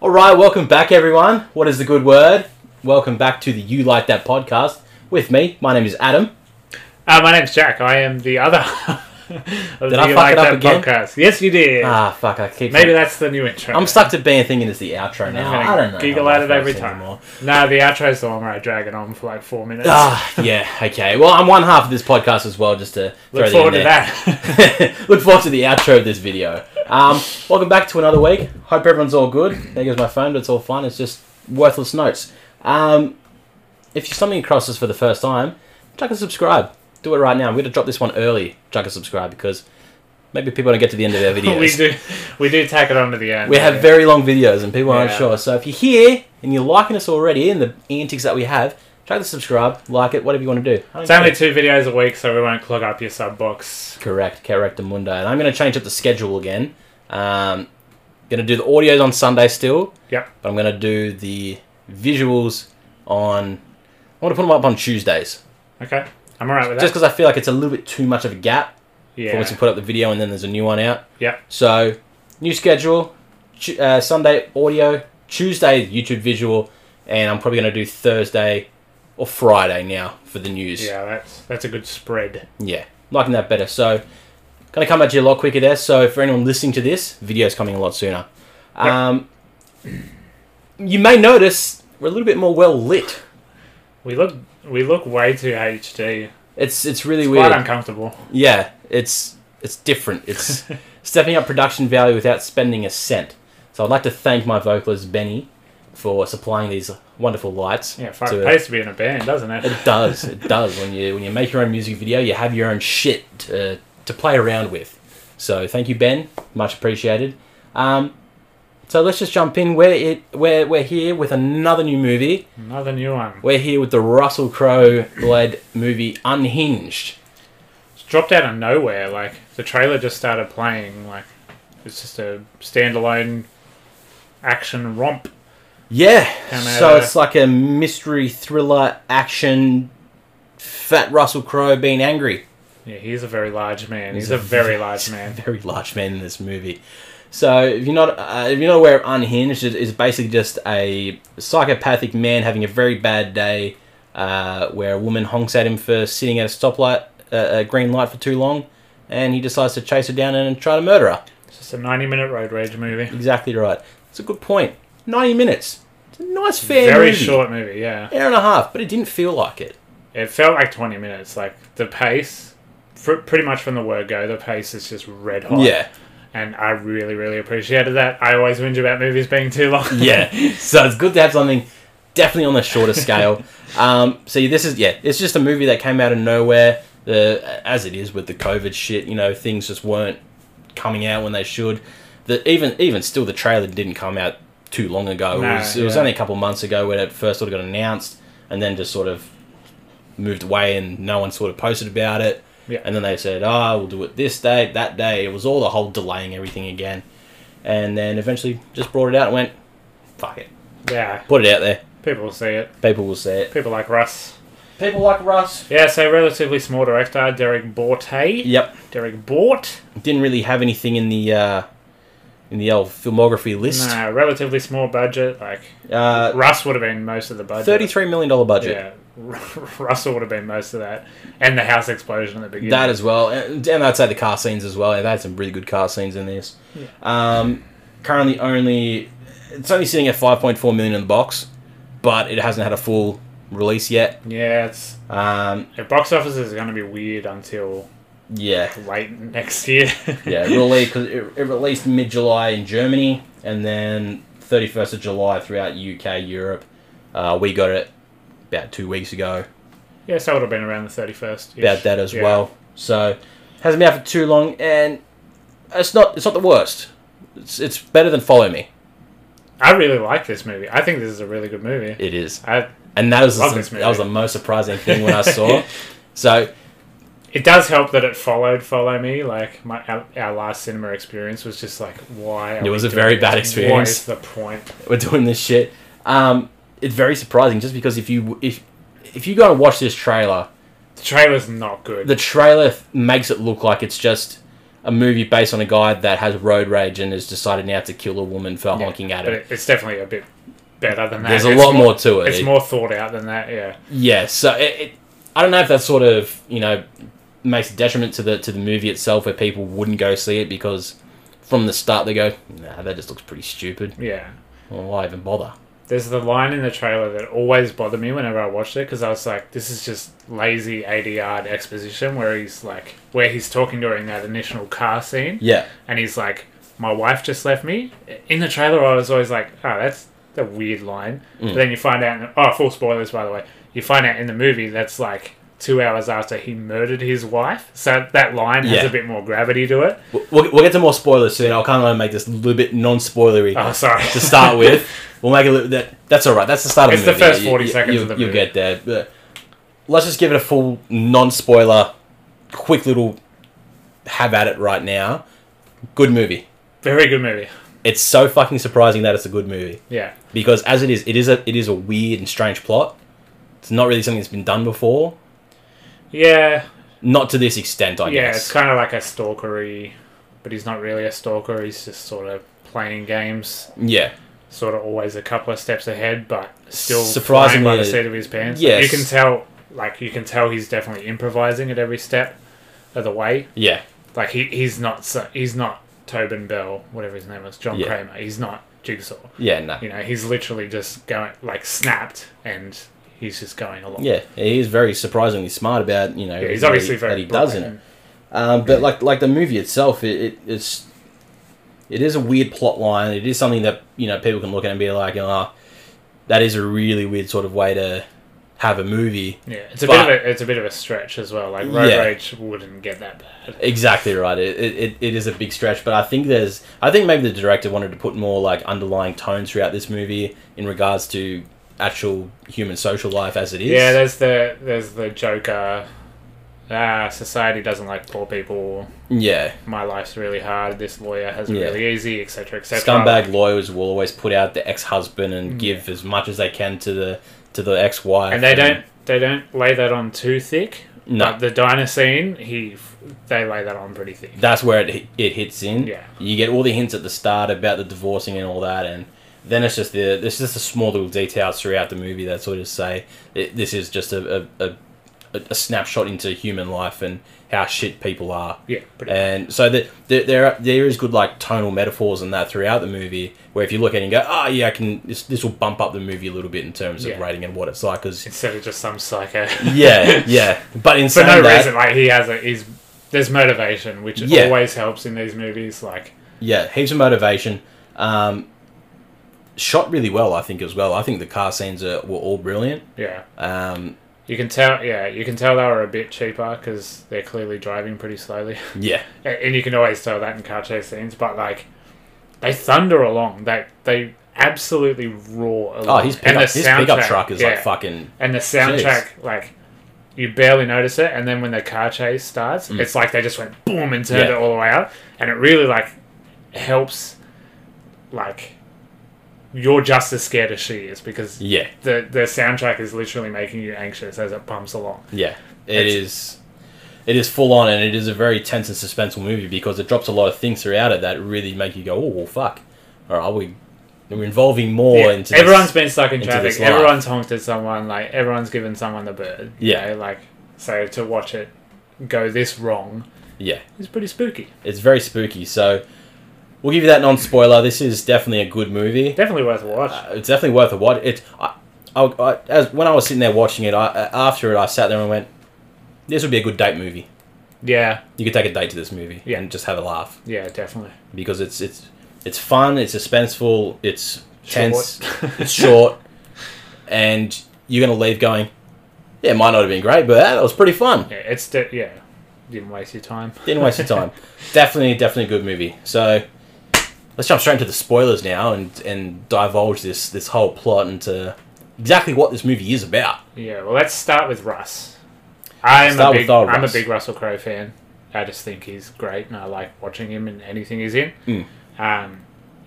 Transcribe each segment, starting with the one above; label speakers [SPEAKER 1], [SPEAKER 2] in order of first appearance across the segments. [SPEAKER 1] All right, welcome back, everyone. What is the good word? Welcome back to the You Like That podcast with me. My name is Adam.
[SPEAKER 2] Uh, my name's Jack. I am the other of
[SPEAKER 1] Did
[SPEAKER 2] the
[SPEAKER 1] I
[SPEAKER 2] You
[SPEAKER 1] fuck
[SPEAKER 2] Like
[SPEAKER 1] it up
[SPEAKER 2] That
[SPEAKER 1] again?
[SPEAKER 2] podcast. Yes, you did.
[SPEAKER 1] Ah, fuck, I keep.
[SPEAKER 2] Maybe that's the new intro.
[SPEAKER 1] I'm stuck to being thinking it's the outro now.
[SPEAKER 2] gonna
[SPEAKER 1] I don't know.
[SPEAKER 2] giggle
[SPEAKER 1] how
[SPEAKER 2] at it
[SPEAKER 1] life
[SPEAKER 2] every
[SPEAKER 1] works
[SPEAKER 2] time.
[SPEAKER 1] anymore.
[SPEAKER 2] No, the outro's the one where I drag it on for like four minutes.
[SPEAKER 1] Ah, yeah, okay. Well, I'm one half of this podcast as well, just to throw that in
[SPEAKER 2] Look forward to
[SPEAKER 1] there.
[SPEAKER 2] that.
[SPEAKER 1] Look forward to the outro of this video. Um, welcome back to another week. Hope everyone's all good. There goes my phone, but it's all fine. It's just worthless notes. Um, if you're something across us for the first time, chuck a subscribe. Do it right now. I'm going to drop this one early. Chuck a subscribe because maybe people don't get to the end of their videos.
[SPEAKER 2] we do, we do tack it on to the end.
[SPEAKER 1] We have
[SPEAKER 2] yeah.
[SPEAKER 1] very long videos and people aren't
[SPEAKER 2] Yeah.
[SPEAKER 1] sure. So if you're here and you're liking us already and the antics that we have, chuck the subscribe, like it, whatever you want to do. I don't
[SPEAKER 2] It's only
[SPEAKER 1] care.
[SPEAKER 2] two videos a week, so we won't clog up your sub box.
[SPEAKER 1] Correct, correct, and Mundo. And I'm going to change up the schedule again. Um, going to do the audios on Sunday still,
[SPEAKER 2] Yep.
[SPEAKER 1] but I'm going to do the visuals on. I want to put them up on Tuesdays,
[SPEAKER 2] Okay. I'm alright with that.
[SPEAKER 1] just because I feel like it's a little bit too much of a gap for
[SPEAKER 2] yeah.
[SPEAKER 1] once we put up the video and then there's a new one out.
[SPEAKER 2] Yep.
[SPEAKER 1] So, new schedule, Tu- uh, Sunday audio, Tuesday YouTube visual, and I'm probably going to do Thursday or Friday now for the news.
[SPEAKER 2] Yeah, that's that's a good spread.
[SPEAKER 1] Yeah, liking that better. So, going to come at you a lot quicker there. So, for anyone listening to this, video's coming a lot sooner. Um, you may notice we're a little bit more well lit.
[SPEAKER 2] We look we look way too HD.
[SPEAKER 1] It's it's really
[SPEAKER 2] It's
[SPEAKER 1] weird.
[SPEAKER 2] quite uncomfortable.
[SPEAKER 1] yeah, it's it's different. It's stepping up production value without spending a cent. So, I'd like to thank my vocalist Benny for supplying these wonderful lights.
[SPEAKER 2] Yeah, fuck.
[SPEAKER 1] to-
[SPEAKER 2] It pays to be in a band, doesn't it?
[SPEAKER 1] It does. It does. When you when you make your own music video, you have your own shit to, to play around with. So thank you, Ben. Much appreciated. Um, so let's just jump in. We're it. We're we're here with another new movie.
[SPEAKER 2] Another new one.
[SPEAKER 1] We're here with the Russell Crowe led movie Unhinged.
[SPEAKER 2] It's dropped out of nowhere. Like the trailer just started playing. Like it's just a standalone action romp.
[SPEAKER 1] Yeah.
[SPEAKER 2] Kinda-
[SPEAKER 1] So it's like a mystery thriller action. Fat Russell Crowe being angry.
[SPEAKER 2] Yeah, he's a very large man. He's, a, very large man.
[SPEAKER 1] very large man in this movie. So if you're not uh, if you're not aware of Unhinged, it is basically just a psychopathic man having a very bad day, uh, where a woman honks at him for sitting at a stoplight, uh, a green light for too long, and he decides to chase her down and try to murder her.
[SPEAKER 2] It's just a ninety-minute road rage movie.
[SPEAKER 1] Exactly right. It's a good point. Ninety minutes. It's a nice fair
[SPEAKER 2] Very
[SPEAKER 1] movie.
[SPEAKER 2] short movie. Yeah,
[SPEAKER 1] Hour and a half, but it didn't feel like it.
[SPEAKER 2] it felt like twenty minutes. Like the pace, fr- pretty much from the word go, the pace is just red hot.
[SPEAKER 1] Yeah,
[SPEAKER 2] and I really, really appreciated that. I always whinge about movies being too long.
[SPEAKER 1] yeah. So it's good to have something definitely on the shorter scale. Um, see, this is yeah, it's just a movie that came out of nowhere. The as it is with the COVID shit, you know, things just weren't coming out when they should. The even even still, the trailer didn't come out too long ago.
[SPEAKER 2] No,
[SPEAKER 1] it was, it was
[SPEAKER 2] yeah.
[SPEAKER 1] only a couple months ago when it first sort of got announced, and then just sort of moved away, and no one sort of posted about it.
[SPEAKER 2] Yeah.
[SPEAKER 1] And then they said, "Ah, we'll do it this day, that day." It was all the whole delaying everything again, and then eventually just brought it out and went, "Fuck it,
[SPEAKER 2] yeah.
[SPEAKER 1] put it out there.
[SPEAKER 2] People will see it.
[SPEAKER 1] People will see it.
[SPEAKER 2] People like Russ.
[SPEAKER 1] People like Russ.
[SPEAKER 2] Yeah, so relatively small director, Derek Borte.
[SPEAKER 1] Yep,
[SPEAKER 2] Derek Bort.
[SPEAKER 1] didn't really have anything in the uh, in the old filmography list.
[SPEAKER 2] No, relatively small budget. Like
[SPEAKER 1] Uh,
[SPEAKER 2] Russ would have been most of the budget.
[SPEAKER 1] Thirty-three million dollar budget.
[SPEAKER 2] Yeah, Russell would have been most of that, and the house explosion at the beginning.
[SPEAKER 1] That as well, and, and I'd say the car scenes as well. They had some really good car scenes in this. Um, currently, only it's only sitting at five point four million in the box, but it hasn't had a full release yet.
[SPEAKER 2] yeah, it's
[SPEAKER 1] Um,
[SPEAKER 2] the box office is going to be weird until
[SPEAKER 1] yeah,
[SPEAKER 2] late next year.
[SPEAKER 1] yeah. It released cause it, it released mid July in Germany, and then thirty first of July throughout UK, Europe. Uh, we got it about two weeks ago.
[SPEAKER 2] yeah, so it would have been around the thirty first.
[SPEAKER 1] about that as well. So hasn't been out for too long, and it's not it's not the worst. It's it's better than Follow Me.
[SPEAKER 2] I really like this movie. I think this is a really good movie.
[SPEAKER 1] It is,
[SPEAKER 2] I,
[SPEAKER 1] and that was
[SPEAKER 2] Love
[SPEAKER 1] the,
[SPEAKER 2] this movie.
[SPEAKER 1] that was the most surprising thing when I saw. so
[SPEAKER 2] it does help that it followed Follow Me. Like my our, our last cinema experience was just like, why? Are
[SPEAKER 1] It was
[SPEAKER 2] we
[SPEAKER 1] a
[SPEAKER 2] doing
[SPEAKER 1] very
[SPEAKER 2] this?
[SPEAKER 1] bad
[SPEAKER 2] What
[SPEAKER 1] experience.
[SPEAKER 2] is the point?
[SPEAKER 1] we're doing this shit. Um, it's very surprising, just because if you if if you go and watch this trailer,
[SPEAKER 2] The trailer's not good.
[SPEAKER 1] the trailer th- makes it look like it's just a movie based on a guy that has road rage and has decided now to kill a woman for
[SPEAKER 2] Yeah,
[SPEAKER 1] honking at
[SPEAKER 2] but
[SPEAKER 1] him.
[SPEAKER 2] it, it's definitely a bit better than that.
[SPEAKER 1] There's a
[SPEAKER 2] It's
[SPEAKER 1] lot more to it.
[SPEAKER 2] It's
[SPEAKER 1] It-
[SPEAKER 2] more thought out than that. Yeah,
[SPEAKER 1] Yeah, so it, it, I don't know if that sort of you know makes a detriment to the to the movie itself, where people wouldn't go see it because from the start they go, nah, that just looks pretty stupid.
[SPEAKER 2] yeah.
[SPEAKER 1] Well, why even bother?
[SPEAKER 2] There's the line in the trailer that always bothered me whenever I watched it because I was like, this is just lazy 80 yard exposition where he's like, where he's talking during that initial car scene
[SPEAKER 1] Yeah,
[SPEAKER 2] and he's like, my wife just left me. In the trailer, I was always like, oh, that's a weird line.
[SPEAKER 1] Mm.
[SPEAKER 2] But then you find out, oh, full spoilers, by the way, you find out in the movie that's like two hours after he murdered his wife. So that line has
[SPEAKER 1] Yeah.
[SPEAKER 2] a bit more gravity to it.
[SPEAKER 1] we'll, we'll we'll get to more spoilers soon. I'll kind of make this a little bit non-spoilery
[SPEAKER 2] Oh, sorry.
[SPEAKER 1] to start with. We'll make a little that. That's all right. That's the start
[SPEAKER 2] It's
[SPEAKER 1] of the
[SPEAKER 2] the
[SPEAKER 1] movie.
[SPEAKER 2] first 40 seconds
[SPEAKER 1] you,
[SPEAKER 2] of the
[SPEAKER 1] You'll
[SPEAKER 2] movie.
[SPEAKER 1] get there. But let's just give it a full non-spoiler, quick little have at it right now. Good movie.
[SPEAKER 2] Very good movie.
[SPEAKER 1] It's so fucking surprising that it's a good movie.
[SPEAKER 2] Yeah.
[SPEAKER 1] because as it is, it is a it is a weird and strange plot. It's not really something that's been done before,
[SPEAKER 2] Yeah.
[SPEAKER 1] not to this extent, I
[SPEAKER 2] yeah, it's
[SPEAKER 1] guess.
[SPEAKER 2] kind of like a stalkery, but he's not really a stalker. He's just sort of playing games,
[SPEAKER 1] Yeah,
[SPEAKER 2] sort of always a couple of steps ahead, but still
[SPEAKER 1] Surprisingly-
[SPEAKER 2] surprisingly by the seat of his pants.
[SPEAKER 1] Yes.
[SPEAKER 2] you can tell. Like you can tell, he's definitely improvising at every step of the way.
[SPEAKER 1] yeah,
[SPEAKER 2] Like he, he's not so, he's not Tobin Bell, whatever his name was, John
[SPEAKER 1] Yeah.
[SPEAKER 2] Kramer. He's not Jigsaw.
[SPEAKER 1] yeah, no,
[SPEAKER 2] You know, he's literally just going like snapped, and he's just going along.
[SPEAKER 1] yeah. He is very surprisingly smart about you know
[SPEAKER 2] Yeah, he's
[SPEAKER 1] what
[SPEAKER 2] obviously
[SPEAKER 1] he-
[SPEAKER 2] very
[SPEAKER 1] that he does in
[SPEAKER 2] bright.
[SPEAKER 1] it. Um, but like like the movie itself, it, it it's it is a weird plot line. It is something that you know people can look at and be like, ah, that is a really weird sort of way to have a movie.
[SPEAKER 2] Yeah, it's a
[SPEAKER 1] But-
[SPEAKER 2] bit of a it's a bit of a stretch as well. Like road
[SPEAKER 1] Yeah.
[SPEAKER 2] rage wouldn't get that bad.
[SPEAKER 1] Exactly right. It, it, it- it is a big stretch, but I think there's. I think maybe the director wanted to put more like underlying tones throughout this movie in regards to actual human social life as it is.
[SPEAKER 2] Yeah, there's the there's the Joker. Ah, society doesn't like poor people.
[SPEAKER 1] yeah.
[SPEAKER 2] My life's really hard. This lawyer has it
[SPEAKER 1] Yeah.
[SPEAKER 2] really easy, etc., etc.
[SPEAKER 1] Scumbag lawyers will always put out the ex-husband and give as much as they can to the to the ex-wife.
[SPEAKER 2] Mm. And they don't they don't lay that on too thick.
[SPEAKER 1] No.
[SPEAKER 2] But the diner scene, he f- they lay that on pretty thick.
[SPEAKER 1] That's where it it hits in.
[SPEAKER 2] Yeah.
[SPEAKER 1] You get all the hints at the start about the divorcing and all that, and then it's just the it's just the small little details throughout the movie that sort of say it, this is just a a, a a snapshot into human life and how shit people are.
[SPEAKER 2] Yeah, pretty.
[SPEAKER 1] And so that there there are- there is good like tonal metaphors and that throughout the movie where if you look at it and go, oh yeah, I can this this will bump up the movie a little bit in terms of
[SPEAKER 2] Yeah.
[SPEAKER 1] rating and what it's like because
[SPEAKER 2] Instead of just some psycho.
[SPEAKER 1] yeah yeah, but in
[SPEAKER 2] For
[SPEAKER 1] saying
[SPEAKER 2] no
[SPEAKER 1] that,
[SPEAKER 2] reason, like he has a he's there's motivation, which
[SPEAKER 1] Yeah.
[SPEAKER 2] always helps in these movies. Like
[SPEAKER 1] Yeah, heaps of motivation. Um, shot really well, I think as well. I think the car scenes are, were all brilliant.
[SPEAKER 2] yeah.
[SPEAKER 1] Um,
[SPEAKER 2] You can tell, yeah, you can tell they were a bit cheaper because they're clearly driving pretty slowly,
[SPEAKER 1] yeah,
[SPEAKER 2] A- and you can always tell that in car chase scenes. But like, they thunder along. They they absolutely roar. Along.
[SPEAKER 1] oh, his pickup, his pickup
[SPEAKER 2] soundtrack-
[SPEAKER 1] truck is like
[SPEAKER 2] yeah.
[SPEAKER 1] fucking
[SPEAKER 2] And the soundtrack, like, you barely notice it, and then when the car chase starts, it's like they just went boom and
[SPEAKER 1] Mm.
[SPEAKER 2] turned
[SPEAKER 1] Yeah.
[SPEAKER 2] it all the way up, and it really like helps, like, you're just as scared as she is because
[SPEAKER 1] yeah,
[SPEAKER 2] the the soundtrack is literally making you anxious as it pumps along.
[SPEAKER 1] yeah. It
[SPEAKER 2] It's-
[SPEAKER 1] is, it is full on, and it is a very tense and suspenseful movie because it drops a lot of things throughout it that really make you go, oh well, fuck. All right, we we're involving more
[SPEAKER 2] Yeah,
[SPEAKER 1] into this.
[SPEAKER 2] everyone's been stuck in
[SPEAKER 1] into
[SPEAKER 2] traffic.
[SPEAKER 1] this life.
[SPEAKER 2] Everyone's honked at someone. Like everyone's given someone the bird. you
[SPEAKER 1] Yeah.
[SPEAKER 2] know, like so to watch it go this wrong
[SPEAKER 1] yeah.
[SPEAKER 2] is pretty spooky.
[SPEAKER 1] It's very spooky. So we'll give you that non spoiler. This is definitely a good movie.
[SPEAKER 2] Definitely worth a watch.
[SPEAKER 1] Uh, it's definitely worth a watch. It's I, I, I, as when I was sitting there watching it, I, uh, after it, I sat there and went, "This would be a good date movie.
[SPEAKER 2] yeah,
[SPEAKER 1] You could take a date to this movie
[SPEAKER 2] Yeah.
[SPEAKER 1] and just have a laugh
[SPEAKER 2] yeah, definitely.
[SPEAKER 1] because it's it's it's fun, it's suspenseful, it's tense,
[SPEAKER 2] Short.
[SPEAKER 1] it's short, and you're gonna leave going, yeah, it might not have been great, but that was pretty fun.
[SPEAKER 2] Yeah, it's de- yeah, didn't waste your time.
[SPEAKER 1] Didn't waste your time. definitely, definitely a good movie. So." Let's jump straight into the spoilers now and, and divulge this, this whole plot into exactly what this movie is about.
[SPEAKER 2] Yeah, well, let's start with Russ. I'm
[SPEAKER 1] Start
[SPEAKER 2] a
[SPEAKER 1] with
[SPEAKER 2] big
[SPEAKER 1] old
[SPEAKER 2] I'm
[SPEAKER 1] Russ.
[SPEAKER 2] a big Russell Crowe fan. I just think he's great, and I like watching him in anything he's in.
[SPEAKER 1] Mm.
[SPEAKER 2] Um,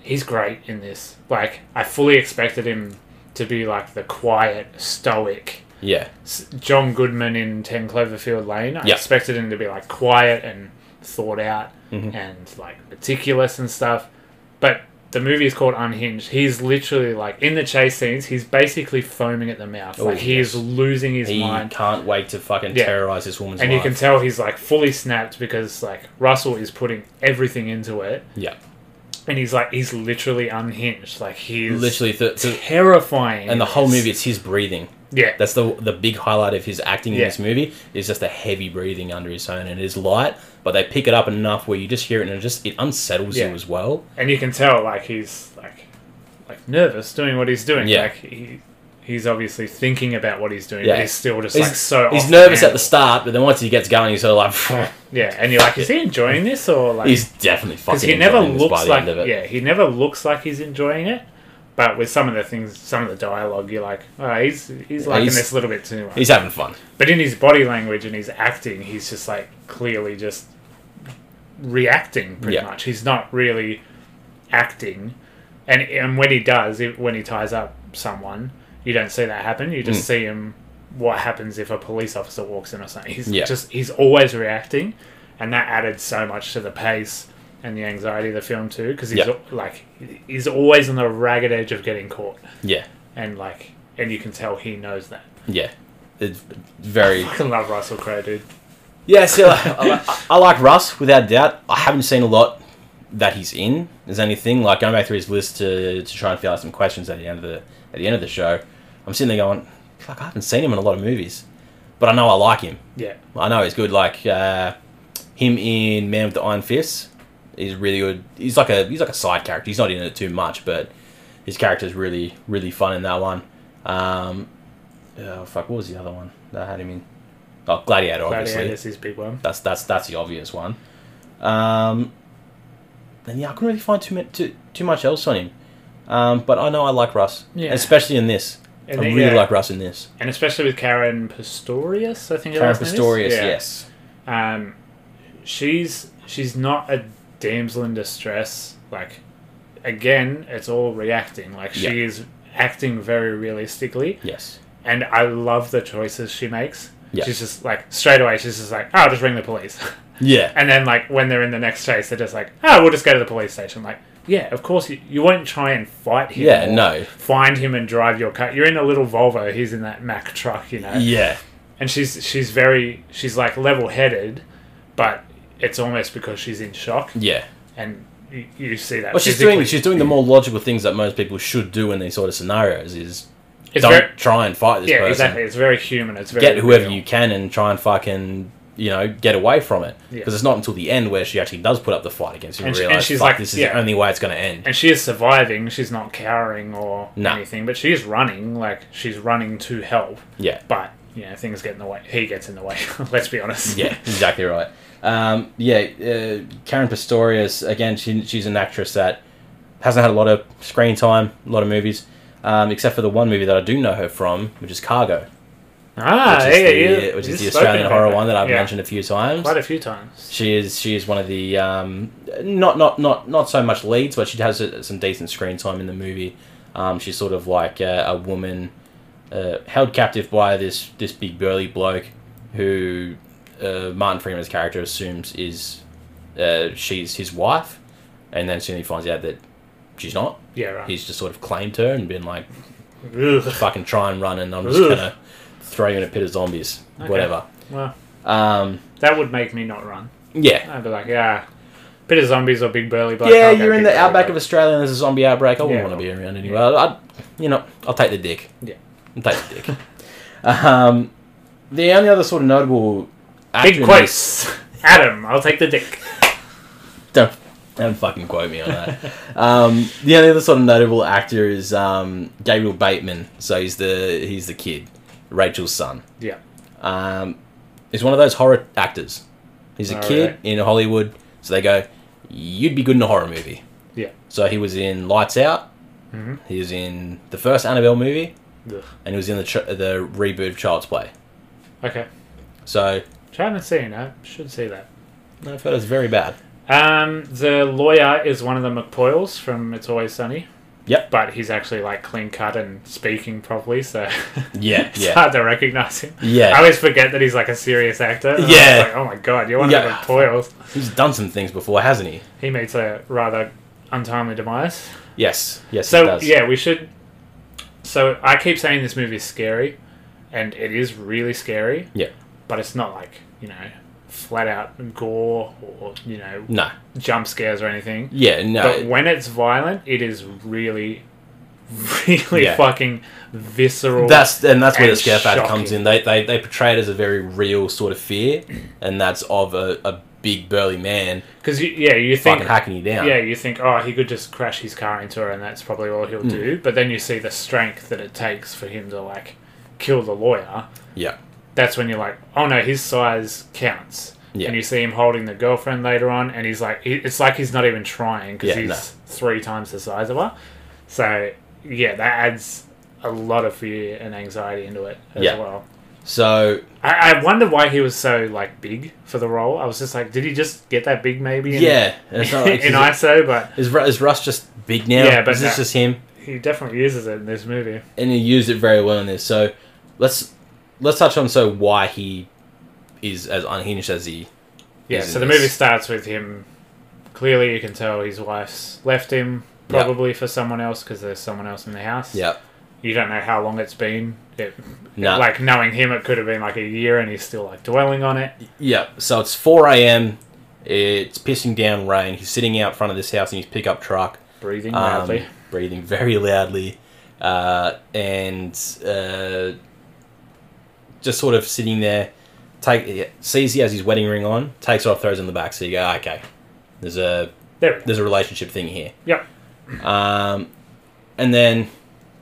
[SPEAKER 2] he's great in this. Like, I fully expected him to be like the quiet, stoic
[SPEAKER 1] Yeah.
[SPEAKER 2] S- John Goodman in Ten Cloverfield Lane. I
[SPEAKER 1] Yeah.
[SPEAKER 2] expected him to be like quiet and thought out
[SPEAKER 1] Mm-hmm.
[SPEAKER 2] and like meticulous and stuff. But the movie is called Unhinged. He's literally like in the chase scenes. He's basically foaming at the mouth.
[SPEAKER 1] Oh,
[SPEAKER 2] like he is losing his
[SPEAKER 1] He
[SPEAKER 2] mind
[SPEAKER 1] can't wait to fucking
[SPEAKER 2] Yeah.
[SPEAKER 1] terrorize this woman's
[SPEAKER 2] and you
[SPEAKER 1] life.
[SPEAKER 2] can tell he's like fully snapped because like Russell is putting everything into it,
[SPEAKER 1] yeah,
[SPEAKER 2] and he's like he's literally unhinged. Like he's
[SPEAKER 1] literally. Th- th-
[SPEAKER 2] terrifying,
[SPEAKER 1] and the whole movie, it's his breathing.
[SPEAKER 2] Yeah,
[SPEAKER 1] That's the the big highlight of his acting in
[SPEAKER 2] Yeah.
[SPEAKER 1] this movie is just the heavy breathing under his own, and it is light, but they pick it up enough where you just hear it, and it just it unsettles
[SPEAKER 2] Yeah.
[SPEAKER 1] you as well.
[SPEAKER 2] and you can tell like he's like like nervous doing what he's doing.
[SPEAKER 1] Yeah.
[SPEAKER 2] Like he he's obviously thinking about what he's doing,
[SPEAKER 1] Yeah.
[SPEAKER 2] but he's still just
[SPEAKER 1] He's,
[SPEAKER 2] like so.
[SPEAKER 1] he's
[SPEAKER 2] off
[SPEAKER 1] nervous at
[SPEAKER 2] handle.
[SPEAKER 1] the start, but then once he gets going, he's sort of like,
[SPEAKER 2] Yeah, and you're like, is he enjoying this or like?
[SPEAKER 1] he's definitely fucking.
[SPEAKER 2] because he never
[SPEAKER 1] enjoying this by
[SPEAKER 2] looks
[SPEAKER 1] the
[SPEAKER 2] like
[SPEAKER 1] end of it.
[SPEAKER 2] yeah he never looks like he's enjoying it but with some of the things some of the dialogue you're like oh he's he's liking
[SPEAKER 1] he's-
[SPEAKER 2] this a little bit too much
[SPEAKER 1] He's having fun.
[SPEAKER 2] but in his body language and his acting he's just like clearly just reacting pretty
[SPEAKER 1] Yeah.
[SPEAKER 2] much he's not really acting and and when he does if- when he ties up someone you don't see that happen you
[SPEAKER 1] Hmm.
[SPEAKER 2] just see him what happens if a police officer walks in or something he's
[SPEAKER 1] Yeah.
[SPEAKER 2] just he's always reacting and that added so much to the pace and the anxiety of the film too because he's
[SPEAKER 1] Yeah.
[SPEAKER 2] al- like he's always on the ragged edge of getting caught
[SPEAKER 1] Yeah,
[SPEAKER 2] and like and you can tell he knows that
[SPEAKER 1] yeah. It's very.
[SPEAKER 2] I love Russell Crowe dude
[SPEAKER 1] Yeah, so I, I, I like Russ without doubt. I haven't seen a lot that he's in. There's anything like going back through his list to, to try and fill out some questions at the end of the at the end of the show. I'm sitting there going, "Fuck, I haven't seen him in a lot of movies, but I know I like him.
[SPEAKER 2] yeah
[SPEAKER 1] I know he's good. Like uh, him in Man with the Iron Fist, he's really good. He's like a he's like a side character. He's not in it too much, but his character's really really fun in that one. Um, oh, fuck, what was the other one that I had him in? Oh, Gladiator, obviously.
[SPEAKER 2] Gladiator's his big one.
[SPEAKER 1] That's that's that's the obvious one. Um, and yeah, I couldn't really find too much too, too much else on him. Um, but I know I like Russ,
[SPEAKER 2] Yeah.
[SPEAKER 1] especially in this.
[SPEAKER 2] And,
[SPEAKER 1] I
[SPEAKER 2] then-
[SPEAKER 1] really
[SPEAKER 2] yeah,
[SPEAKER 1] like Russ in this.
[SPEAKER 2] and especially with Karen Pistorius, I think. her
[SPEAKER 1] Karen
[SPEAKER 2] last name is?
[SPEAKER 1] Pistorius,
[SPEAKER 2] Yeah.
[SPEAKER 1] yes,
[SPEAKER 2] Um, she's she's not a damsel in distress. Like, again, it's all reacting. Like she
[SPEAKER 1] Yeah.
[SPEAKER 2] is acting very realistically,
[SPEAKER 1] yes,
[SPEAKER 2] and I love the choices she makes.
[SPEAKER 1] Yeah.
[SPEAKER 2] She's just like straight away. She's just like, oh, I'll just ring the police.
[SPEAKER 1] yeah,
[SPEAKER 2] And then, like, when they're in the next chase, they're just like, oh, we'll just go to the police station. Like, yeah, of course, you, you won't try and fight him.
[SPEAKER 1] Yeah,
[SPEAKER 2] or
[SPEAKER 1] no.
[SPEAKER 2] Find him and drive your car. You're in a little Volvo, he's in that Mack truck, you know?
[SPEAKER 1] yeah,
[SPEAKER 2] And she's, she's very, she's like level headed, but it's almost because she's in shock.
[SPEAKER 1] yeah.
[SPEAKER 2] And you, you see that.
[SPEAKER 1] Well, she's
[SPEAKER 2] physically.
[SPEAKER 1] doing she's doing the more logical things that most people should do in these sort of scenarios. Is
[SPEAKER 2] It's
[SPEAKER 1] don't
[SPEAKER 2] very-
[SPEAKER 1] try and fight this
[SPEAKER 2] yeah,
[SPEAKER 1] person.
[SPEAKER 2] exactly. It's very human. It's very.
[SPEAKER 1] Get whoever
[SPEAKER 2] real.
[SPEAKER 1] you can and try and fucking you know get away from it
[SPEAKER 2] Yeah.
[SPEAKER 1] because it's not until the end where she actually does put up the fight against you and,
[SPEAKER 2] And she- and
[SPEAKER 1] realize
[SPEAKER 2] she's
[SPEAKER 1] fuck
[SPEAKER 2] like-
[SPEAKER 1] this is
[SPEAKER 2] yeah.
[SPEAKER 1] the only way it's going to end.
[SPEAKER 2] And she is surviving. She's not cowering or
[SPEAKER 1] No.
[SPEAKER 2] anything, but she is running. Like, she's running to help.
[SPEAKER 1] Yeah,
[SPEAKER 2] But you know, things get in the way. He gets in the way. Let's be honest.
[SPEAKER 1] yeah, exactly right. Um, yeah, uh, Karen Pistorius again. She, she's an actress that hasn't had a lot of screen time, a lot of movies, um, except for the one movie that I do know her from, which is Cargo, which
[SPEAKER 2] Ah,
[SPEAKER 1] is
[SPEAKER 2] yeah,
[SPEAKER 1] the,
[SPEAKER 2] yeah.
[SPEAKER 1] which
[SPEAKER 2] You've
[SPEAKER 1] is the
[SPEAKER 2] spoken
[SPEAKER 1] Australian
[SPEAKER 2] about
[SPEAKER 1] horror
[SPEAKER 2] that.
[SPEAKER 1] one that I've
[SPEAKER 2] Yeah,
[SPEAKER 1] mentioned a few times.
[SPEAKER 2] quite a few times.
[SPEAKER 1] She is she is one of the um, not not not not so much leads, but she has uh some decent screen time in the movie. Um, she's sort of like a, a woman uh, held captive by this this big burly bloke who uh, Martin Freeman's character assumes is uh, she's his wife, and then soon he finds out that she's not.
[SPEAKER 2] Yeah, right.
[SPEAKER 1] He's just sort of claimed her and been like,
[SPEAKER 2] Ugh.
[SPEAKER 1] "Fucking try and run, and I'm just
[SPEAKER 2] Ugh.
[SPEAKER 1] gonna throw you in a pit of zombies,
[SPEAKER 2] Okay.
[SPEAKER 1] whatever."
[SPEAKER 2] Well,
[SPEAKER 1] Um,
[SPEAKER 2] that would make me not run.
[SPEAKER 1] yeah,
[SPEAKER 2] I'd be like, yeah, bit of zombies or big burly bloke.
[SPEAKER 1] yeah,
[SPEAKER 2] I'll go
[SPEAKER 1] you're in
[SPEAKER 2] big
[SPEAKER 1] the
[SPEAKER 2] burly
[SPEAKER 1] outback of
[SPEAKER 2] bloke.
[SPEAKER 1] Australia and there's a zombie outbreak. I wouldn't
[SPEAKER 2] Yeah.
[SPEAKER 1] want to be around anyway. I'd, you know, I'll take the dick.
[SPEAKER 2] Yeah.
[SPEAKER 1] I'll take the dick. um, the only other sort of notable actor
[SPEAKER 2] Big
[SPEAKER 1] in
[SPEAKER 2] quotes. Adam, I'll take the dick.
[SPEAKER 1] this- Don't, don't fucking quote me on that. um, the only other sort of notable actor is um, Gabriel Bateman. So he's the he's the kid, Rachel's son.
[SPEAKER 2] Yeah.
[SPEAKER 1] Um, he's one of those horror actors. He's a
[SPEAKER 2] All
[SPEAKER 1] kid
[SPEAKER 2] right.
[SPEAKER 1] in Hollywood, so they go, "You'd be good in a horror movie."
[SPEAKER 2] Yeah.
[SPEAKER 1] So he was in Lights Out.
[SPEAKER 2] Mhm.
[SPEAKER 1] He was in the first Annabelle movie,
[SPEAKER 2] Ugh.
[SPEAKER 1] and he was in the ch- the reboot of Child's Play.
[SPEAKER 2] Okay.
[SPEAKER 1] So
[SPEAKER 2] Which I haven't seen. I should see that.
[SPEAKER 1] no, that was very bad.
[SPEAKER 2] Um, the lawyer is one of the McPoyles from It's Always Sunny.
[SPEAKER 1] Yep.
[SPEAKER 2] But he's actually like clean cut and speaking properly, so
[SPEAKER 1] Yeah,
[SPEAKER 2] it's
[SPEAKER 1] yeah,
[SPEAKER 2] hard to recognize him. I
[SPEAKER 1] yeah.
[SPEAKER 2] always forget that he's like a serious actor. and I'm
[SPEAKER 1] Yeah.
[SPEAKER 2] just like, oh my god, you're one
[SPEAKER 1] Yeah.
[SPEAKER 2] of the foils.
[SPEAKER 1] He's done some things before, hasn't he?
[SPEAKER 2] He meets a rather untimely demise.
[SPEAKER 1] Yes, yes, he
[SPEAKER 2] So
[SPEAKER 1] does.
[SPEAKER 2] yeah, we should. So I keep saying this movie is scary, and it is really scary.
[SPEAKER 1] Yeah.
[SPEAKER 2] But it's not like you know flat out gore or you know
[SPEAKER 1] No.
[SPEAKER 2] jump scares or anything.
[SPEAKER 1] Yeah, no.
[SPEAKER 2] But when it's violent, it is really, really
[SPEAKER 1] Yeah.
[SPEAKER 2] fucking visceral.
[SPEAKER 1] That's and that's where
[SPEAKER 2] and
[SPEAKER 1] the scare factor
[SPEAKER 2] shocking.
[SPEAKER 1] comes in. They, they they portray it as a very real sort of fear, and that's of a, a big burly man
[SPEAKER 2] because you, yeah, you think
[SPEAKER 1] fucking hacking you down.
[SPEAKER 2] yeah, you think oh he could just crash his car into her and that's probably all
[SPEAKER 1] Mm.
[SPEAKER 2] he'll do. But then you see the strength that it takes for him to like kill the lawyer.
[SPEAKER 1] yeah,
[SPEAKER 2] That's when you're like oh no, his size counts.
[SPEAKER 1] Yeah.
[SPEAKER 2] And you see him holding the girlfriend later on, and he's like, he, it's like he's not even trying because
[SPEAKER 1] Yeah,
[SPEAKER 2] he's
[SPEAKER 1] no.
[SPEAKER 2] three times the size of her. So yeah, that adds a lot of fear and anxiety into it as
[SPEAKER 1] Yeah.
[SPEAKER 2] well.
[SPEAKER 1] So
[SPEAKER 2] I, I wonder why he was so like big for the role. I was just like, did he just get that big maybe? In,
[SPEAKER 1] yeah, it's not like,
[SPEAKER 2] in
[SPEAKER 1] is,
[SPEAKER 2] ISO, but
[SPEAKER 1] is, Ru- is Russ just big now?
[SPEAKER 2] Yeah, but
[SPEAKER 1] is this
[SPEAKER 2] no.
[SPEAKER 1] just him?
[SPEAKER 2] he definitely uses it in this movie.
[SPEAKER 1] And he used it very well in this. So let's let's touch on so why he is as unhinged as he.
[SPEAKER 2] Yeah.
[SPEAKER 1] is in
[SPEAKER 2] so the
[SPEAKER 1] this.
[SPEAKER 2] movie starts with him. Clearly, you can tell his wife's left him,
[SPEAKER 1] Yeah.
[SPEAKER 2] probably for someone else because there's someone else in the house.
[SPEAKER 1] Yeah,
[SPEAKER 2] You don't know how long it's been. It,
[SPEAKER 1] no,
[SPEAKER 2] Like knowing him, it could have been like a year, and he's still like dwelling on it.
[SPEAKER 1] yeah. So it's four a.m. It's pissing down rain. He's sitting out front of this house in his pickup truck.
[SPEAKER 2] Breathing
[SPEAKER 1] um,
[SPEAKER 2] loudly.
[SPEAKER 1] breathing very loudly, uh, and uh, just sort of sitting there. Take sees he has his wedding ring on, takes it off, throws it in the back. So you go, "Ah, okay, there's a
[SPEAKER 2] there. we go.
[SPEAKER 1] there's a relationship thing here.
[SPEAKER 2] Yep.
[SPEAKER 1] Um, and then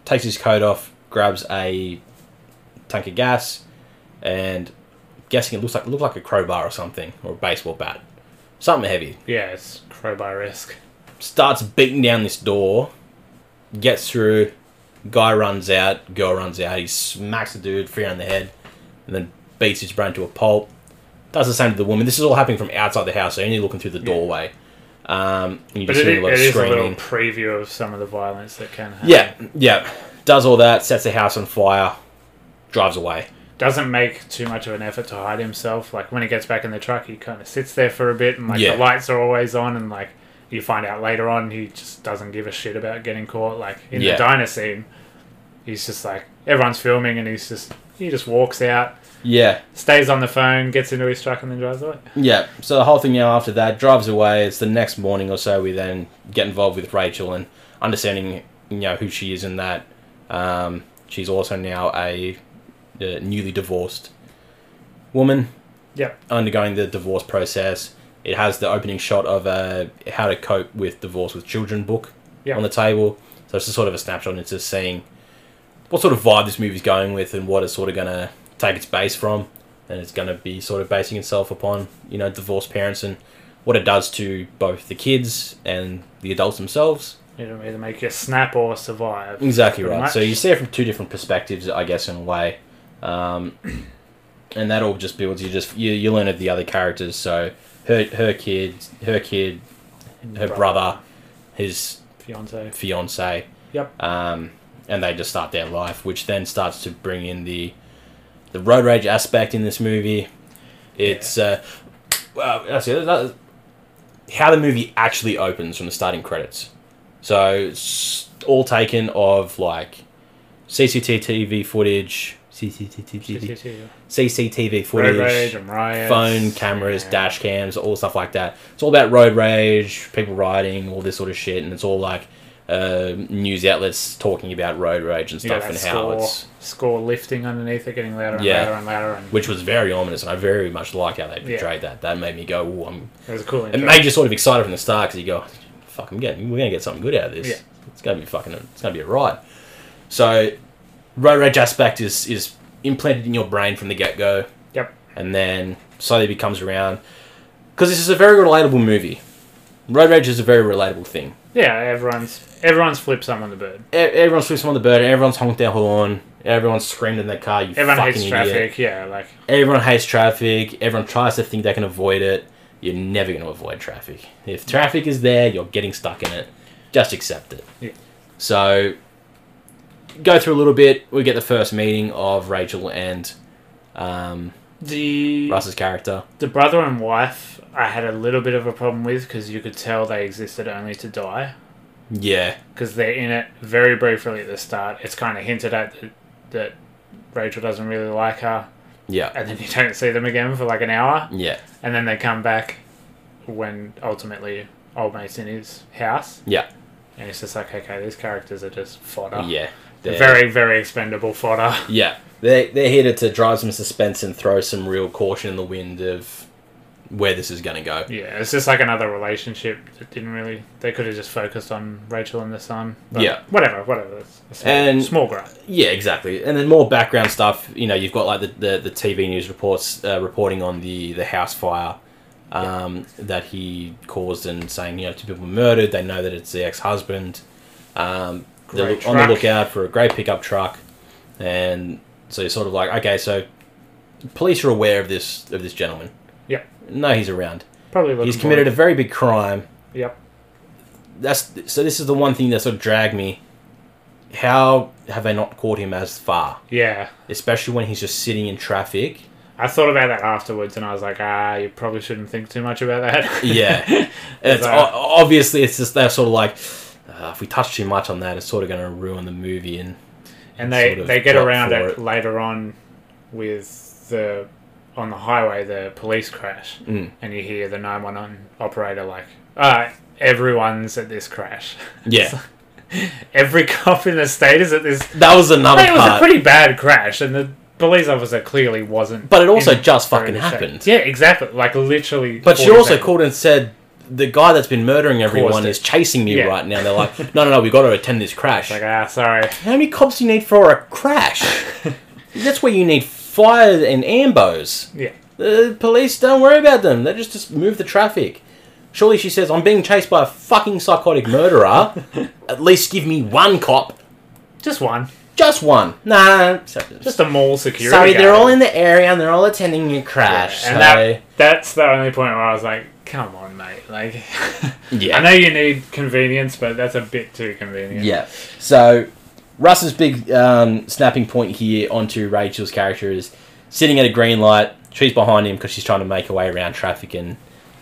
[SPEAKER 1] takes his coat off, grabs a tank of gas, and guessing it looks like looked like a crowbar or something or a baseball bat, something heavy
[SPEAKER 2] Yeah, it's crowbar risk.
[SPEAKER 1] starts beating down this door, gets through, guy runs out, girl runs out, he smacks the dude free on the head, and then beats his brain to a pulp. Does the same to the woman. This is all happening from outside the house, so you're only looking through the doorway. Um, and you
[SPEAKER 2] But
[SPEAKER 1] just
[SPEAKER 2] it,
[SPEAKER 1] hear a
[SPEAKER 2] it
[SPEAKER 1] lot of
[SPEAKER 2] is a
[SPEAKER 1] screaming.
[SPEAKER 2] little preview of some of the violence that can happen.
[SPEAKER 1] Yeah, yeah. Does all that, sets the house on fire, drives away.
[SPEAKER 2] doesn't make too much of an effort to hide himself. Like when he gets back in the truck, he kind of sits there for a bit, and like
[SPEAKER 1] Yeah.
[SPEAKER 2] the lights are always on, and like you find out later on, he just doesn't give a shit about getting caught. Like in
[SPEAKER 1] Yeah.
[SPEAKER 2] the diner scene, he's just like everyone's filming, and he's just he just walks out,
[SPEAKER 1] Yeah,
[SPEAKER 2] stays on the phone, gets into his truck, and then drives away.
[SPEAKER 1] yeah. So the whole thing now after that drives away. It's the next morning or so we then get involved with Rachel and understanding you know who she is and that um, she's also now a, uh newly divorced woman
[SPEAKER 2] Yep.
[SPEAKER 1] undergoing the divorce process. It has the opening shot of a how to cope with divorce with children book
[SPEAKER 2] Yeah.
[SPEAKER 1] on the table. So it's just sort of a snapshot into seeing what sort of vibe this movie's going with and what it's sort of going to take its base from. And it's going to be sort of basing itself upon, you know, divorced parents and what it does to both the kids and the adults themselves.
[SPEAKER 2] It'll either make you snap or survive.
[SPEAKER 1] Exactly
[SPEAKER 2] Pretty
[SPEAKER 1] right.
[SPEAKER 2] much.
[SPEAKER 1] So you see it from two different perspectives, I guess, in a way, um, and that all just builds. You just you, you learn of the other characters. So her her kid, her kid, her brother, his
[SPEAKER 2] fiance.
[SPEAKER 1] fiance.
[SPEAKER 2] Yep.
[SPEAKER 1] Um, and they just start their life, which then starts to bring in the the road rage aspect in this movie. It's uh, well, that's it. That- how the movie actually opens from the starting credits. So it's all taken of like CCTV footage, CCTV, CCTV
[SPEAKER 2] Road rage
[SPEAKER 1] footage,
[SPEAKER 2] and riots.
[SPEAKER 1] phone cameras,
[SPEAKER 2] yeah.
[SPEAKER 1] dash cams, all stuff like that. It's all about road rage, people rioting, all this sort of shit, and it's all like uh, news outlets talking about road rage and
[SPEAKER 2] You got
[SPEAKER 1] stuff
[SPEAKER 2] that
[SPEAKER 1] and how
[SPEAKER 2] score,
[SPEAKER 1] it's
[SPEAKER 2] score lifting underneath it, getting louder and
[SPEAKER 1] Yeah.
[SPEAKER 2] louder and louder, and
[SPEAKER 1] which was very ominous, and I very much like how they
[SPEAKER 2] Yeah.
[SPEAKER 1] portrayed that. That made me go, "Ooh, I'm."
[SPEAKER 2] it was a cool.
[SPEAKER 1] It
[SPEAKER 2] intro.
[SPEAKER 1] made you sort of excited from the start because you go, "Fuck, I'm getting, we're gonna get something good out of this.
[SPEAKER 2] Yeah.
[SPEAKER 1] It's gonna be fucking, it's gonna be a ride." So, road rage aspect is is implanted in your brain from the get go.
[SPEAKER 2] Yep.
[SPEAKER 1] and then slowly becomes around. Because this is a very relatable movie. Road rage is a very relatable thing.
[SPEAKER 2] Yeah, everyone's everyone's flipped someone the bird.
[SPEAKER 1] E- everyone's flips on the bird, everyone's honked their horn, everyone's screamed in their car, you
[SPEAKER 2] Everyone
[SPEAKER 1] fucking
[SPEAKER 2] hates
[SPEAKER 1] idiot.
[SPEAKER 2] traffic. Yeah, like
[SPEAKER 1] Everyone hates traffic, everyone tries to think they can avoid it. You're never going to avoid traffic. If traffic is there, you're getting stuck in it. Just accept it.
[SPEAKER 2] Yeah.
[SPEAKER 1] So go through a little bit. We get the first meeting of Rachel and um,
[SPEAKER 2] The
[SPEAKER 1] Russ's character.
[SPEAKER 2] the brother and wife, I had a little bit of a problem with because you could tell they existed only to die
[SPEAKER 1] Yeah,
[SPEAKER 2] because they're in it very briefly at the start. It's kind of hinted at that, that Rachel doesn't really like her,
[SPEAKER 1] yeah,
[SPEAKER 2] and then you don't see them again for like an hour,
[SPEAKER 1] yeah,
[SPEAKER 2] and then they come back when ultimately old mate's in his house,
[SPEAKER 1] yeah,
[SPEAKER 2] and it's just like okay, these characters are just fodder.
[SPEAKER 1] yeah.
[SPEAKER 2] They're
[SPEAKER 1] They're-
[SPEAKER 2] very very expendable fodder.
[SPEAKER 1] yeah. They they're here to, to drive some suspense and throw some real caution in the wind of where this is going to go.
[SPEAKER 2] Yeah, it's just like another relationship that didn't really. They could have just focused on Rachel and the son. But
[SPEAKER 1] Yeah.
[SPEAKER 2] whatever, whatever. It's a small,
[SPEAKER 1] And-
[SPEAKER 2] small gripe.
[SPEAKER 1] Yeah, exactly. And then more background stuff. You know, you've got like the, the, the TV news reports uh, reporting on the, the house fire um, that he caused and saying, you know, two people were murdered. They know that it's the ex husband. Um, they're
[SPEAKER 2] Grey
[SPEAKER 1] on the
[SPEAKER 2] truck.
[SPEAKER 1] lookout for a grey pickup truck. And so you're sort of like, okay, so police are aware of this of this gentleman.
[SPEAKER 2] Yep.
[SPEAKER 1] No, he's around.
[SPEAKER 2] Probably looking
[SPEAKER 1] he's committed a
[SPEAKER 2] forward-
[SPEAKER 1] very big crime
[SPEAKER 2] Yep.
[SPEAKER 1] that's so this is the one thing that sort of dragged me how have they not caught him as far
[SPEAKER 2] Yeah,
[SPEAKER 1] especially when he's just sitting in traffic
[SPEAKER 2] I thought about that afterwards, and I was like, ah, you probably shouldn't think too much about that.
[SPEAKER 1] yeah And it's
[SPEAKER 2] Bizarre.
[SPEAKER 1] o- obviously it's just they're sort of like uh, if we touch too much on that it's sort of going to ruin the movie and
[SPEAKER 2] and they
[SPEAKER 1] Sort of
[SPEAKER 2] they get
[SPEAKER 1] plot
[SPEAKER 2] around
[SPEAKER 1] for
[SPEAKER 2] it,
[SPEAKER 1] it.
[SPEAKER 2] later on with the on the highway the police crash,
[SPEAKER 1] Mm.
[SPEAKER 2] and you hear the nine one one operator like, ah, everyone's at this crash.
[SPEAKER 1] yeah
[SPEAKER 2] Every cop in the state is at this
[SPEAKER 1] that was another
[SPEAKER 2] it was a
[SPEAKER 1] part
[SPEAKER 2] pretty bad crash, and the police officer clearly wasn't.
[SPEAKER 1] But it also
[SPEAKER 2] in
[SPEAKER 1] just
[SPEAKER 2] very
[SPEAKER 1] fucking
[SPEAKER 2] good shape.
[SPEAKER 1] happened.
[SPEAKER 2] Yeah, exactly. Like literally.
[SPEAKER 1] but she
[SPEAKER 2] 40
[SPEAKER 1] also
[SPEAKER 2] seconds.
[SPEAKER 1] called and said the guy that's been murdering everyone
[SPEAKER 2] it.
[SPEAKER 1] is chasing me
[SPEAKER 2] Yeah.
[SPEAKER 1] right now they're like no no no we've got to attend this crash
[SPEAKER 2] Like ah, sorry.
[SPEAKER 1] how many cops do you need for a crash that's where you need fire and ambos
[SPEAKER 2] Yeah,
[SPEAKER 1] The police don't worry about them. They just just move the traffic. Surely she says, "I'm being chased by a fucking psychotic murderer. At least give me one cop,
[SPEAKER 2] just one.
[SPEAKER 1] just one." Nah, sorry,
[SPEAKER 2] Just a mall security.
[SPEAKER 1] sorry they're
[SPEAKER 2] guard.
[SPEAKER 1] all in the area and they're all attending your
[SPEAKER 2] Yeah,
[SPEAKER 1] crash.
[SPEAKER 2] and that, that's the only point where I was like, "Come on, mate!" Like,
[SPEAKER 1] so, yeah,
[SPEAKER 2] I know you need convenience, but that's a bit too convenient.
[SPEAKER 1] yeah. So Russ's big um, snapping point here onto Rachel's character is sitting at a green light. She's behind him because she's trying to make her way around traffic, and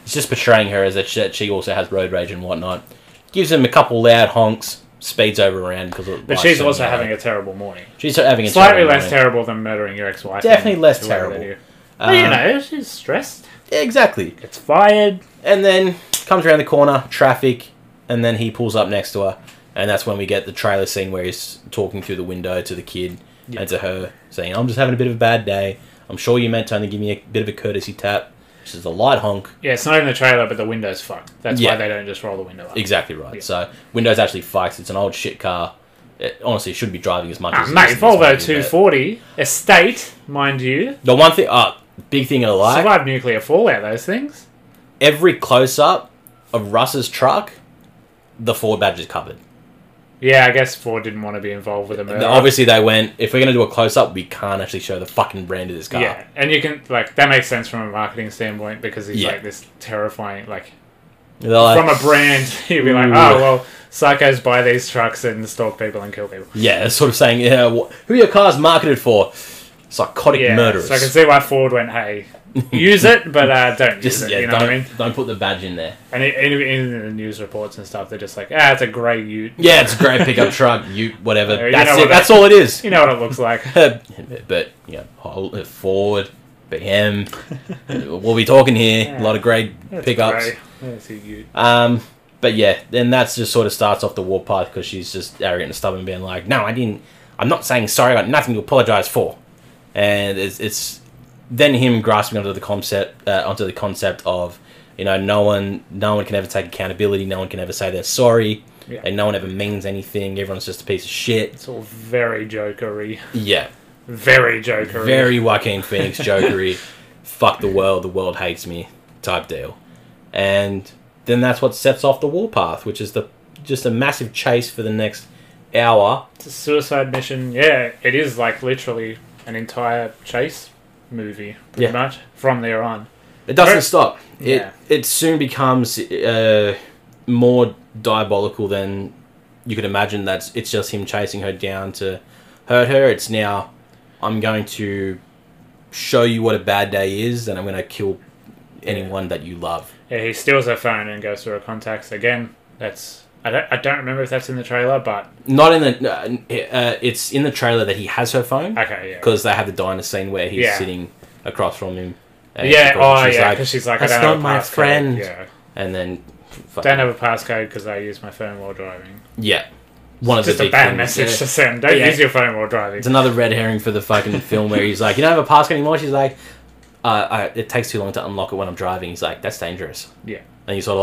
[SPEAKER 1] it's just portraying her as that she, that she also has road rage and whatnot. Gives him a couple loud honks, speeds over around because.
[SPEAKER 2] But she's also having a terrible morning.
[SPEAKER 1] She's having a
[SPEAKER 2] Slightly
[SPEAKER 1] terrible
[SPEAKER 2] less
[SPEAKER 1] morning.
[SPEAKER 2] terrible than murdering your ex-wife.
[SPEAKER 1] Definitely
[SPEAKER 2] and
[SPEAKER 1] less
[SPEAKER 2] whoever they
[SPEAKER 1] terrible.
[SPEAKER 2] do. But you
[SPEAKER 1] Um,
[SPEAKER 2] know, she's stressed.
[SPEAKER 1] Exactly.
[SPEAKER 2] Gets fired.
[SPEAKER 1] And then comes around the corner, traffic, and then he pulls up next to her. And that's when we get the trailer scene where he's talking through the window to the kid
[SPEAKER 2] Yeah.
[SPEAKER 1] and to her, saying, I'm just having a bit of a bad day. I'm sure you meant to only give me a bit of a courtesy tap. She says, a light honk.
[SPEAKER 2] Yeah, it's not in the trailer, but the window's fucked. That's
[SPEAKER 1] Yeah.
[SPEAKER 2] why they don't just roll the window up.
[SPEAKER 1] Exactly right.
[SPEAKER 2] Yeah.
[SPEAKER 1] So, Windows actually fucked. It's an old shit car. It, honestly, it shouldn't be driving as much
[SPEAKER 2] Ah,
[SPEAKER 1] as it
[SPEAKER 2] mate,
[SPEAKER 1] is in this
[SPEAKER 2] Volvo
[SPEAKER 1] movie, but-
[SPEAKER 2] 240, estate, mind you.
[SPEAKER 1] The one thing, uh, big thing I like,
[SPEAKER 2] Survived nuclear fallout, those things.
[SPEAKER 1] every close up of Russ's truck, the Ford badge is covered.
[SPEAKER 2] Yeah, I guess Ford didn't want to be involved with a murder.
[SPEAKER 1] Now, Obviously, they went. If we're gonna do a close up, we can't actually show the fucking brand of this car.
[SPEAKER 2] Yeah, and you can, like, that makes sense from a marketing standpoint because he's,
[SPEAKER 1] Yeah.
[SPEAKER 2] like, this terrifying, like,
[SPEAKER 1] They're like,
[SPEAKER 2] from a brand, you'd be like,
[SPEAKER 1] Ooh.
[SPEAKER 2] oh, well, psychos buy these trucks and stalk people and kill people.
[SPEAKER 1] yeah, it's sort of saying, yeah, wh- who are your cars marketed for? Psychotic
[SPEAKER 2] Yeah,
[SPEAKER 1] murderers.
[SPEAKER 2] so I can see why Ford went, hey, use it, but uh, don't use
[SPEAKER 1] Just
[SPEAKER 2] it,
[SPEAKER 1] yeah,
[SPEAKER 2] you know
[SPEAKER 1] don't,
[SPEAKER 2] what I mean?
[SPEAKER 1] don't put the badge in there.
[SPEAKER 2] And it, in, in the news reports and stuff, they're just like, ah, it's a grey ute.
[SPEAKER 1] Yeah, it's a great pickup truck, you whatever.
[SPEAKER 2] Yeah, you
[SPEAKER 1] that's
[SPEAKER 2] know
[SPEAKER 1] it.
[SPEAKER 2] what
[SPEAKER 1] That's all it is.
[SPEAKER 2] You know what it looks like.
[SPEAKER 1] but yeah, whole- uh, Ford, BM. we'll be talking here. A lot of great
[SPEAKER 2] That's
[SPEAKER 1] pickups.
[SPEAKER 2] grey. That's a ute.
[SPEAKER 1] Um, but yeah, then that's just sort of starts off the war path because she's just arrogant and stubborn, being like, "No, I didn't. I'm not saying sorry. I got nothing to apologize for." And it's, it's then him grasping onto the concept uh, onto the concept of you know no one no one can ever take accountability. No one can ever say they're sorry.
[SPEAKER 2] Yeah.
[SPEAKER 1] And no one ever means anything. Everyone's just a piece of shit.
[SPEAKER 2] It's all very jokery.
[SPEAKER 1] Yeah,
[SPEAKER 2] Very jokery.
[SPEAKER 1] very Joaquin Phoenix jokery. Fuck the world. The world hates me type deal. and then that's what sets off the warpath, which is the just a massive chase for the next hour.
[SPEAKER 2] It's a suicide mission. Yeah, it is like literally an entire chase movie, pretty
[SPEAKER 1] Yeah.
[SPEAKER 2] much, from there on.
[SPEAKER 1] It doesn't
[SPEAKER 2] Right.
[SPEAKER 1] stop. It
[SPEAKER 2] Yeah.
[SPEAKER 1] it soon becomes uh, more diabolical than you could imagine that's it's just him chasing her down to hurt her. It's now I'm going to show you what a bad day is, and I'm going to kill anyone that you love.
[SPEAKER 2] Yeah, he steals her phone and goes through her contacts again. That's I don't, I don't remember if that's in the trailer, but
[SPEAKER 1] Not in the uh, uh, it's in the trailer that he has her phone
[SPEAKER 2] okay, yeah,
[SPEAKER 1] because they have the diner scene where he's
[SPEAKER 2] Yeah.
[SPEAKER 1] sitting across from him. uh, and
[SPEAKER 2] yeah, oh
[SPEAKER 1] she's
[SPEAKER 2] yeah,
[SPEAKER 1] like-
[SPEAKER 2] because she's like,
[SPEAKER 1] "That's
[SPEAKER 2] I don't
[SPEAKER 1] not
[SPEAKER 2] have a
[SPEAKER 1] my
[SPEAKER 2] passcode."
[SPEAKER 1] friend.
[SPEAKER 2] Yeah,
[SPEAKER 1] and then fuck,
[SPEAKER 2] don't have a passcode because I use my phone while driving.
[SPEAKER 1] yeah, one of
[SPEAKER 2] Just
[SPEAKER 1] the
[SPEAKER 2] a
[SPEAKER 1] big
[SPEAKER 2] bad
[SPEAKER 1] things,
[SPEAKER 2] message
[SPEAKER 1] yeah.
[SPEAKER 2] to send. Don't
[SPEAKER 1] Yeah.
[SPEAKER 2] use your phone while driving.
[SPEAKER 1] It's another red herring for the fucking film where he's like, you don't have a pass anymore. She's like, uh, uh, it takes too long to unlock it when I'm driving. He's like, that's dangerous.
[SPEAKER 2] Yeah.
[SPEAKER 1] And he's sort of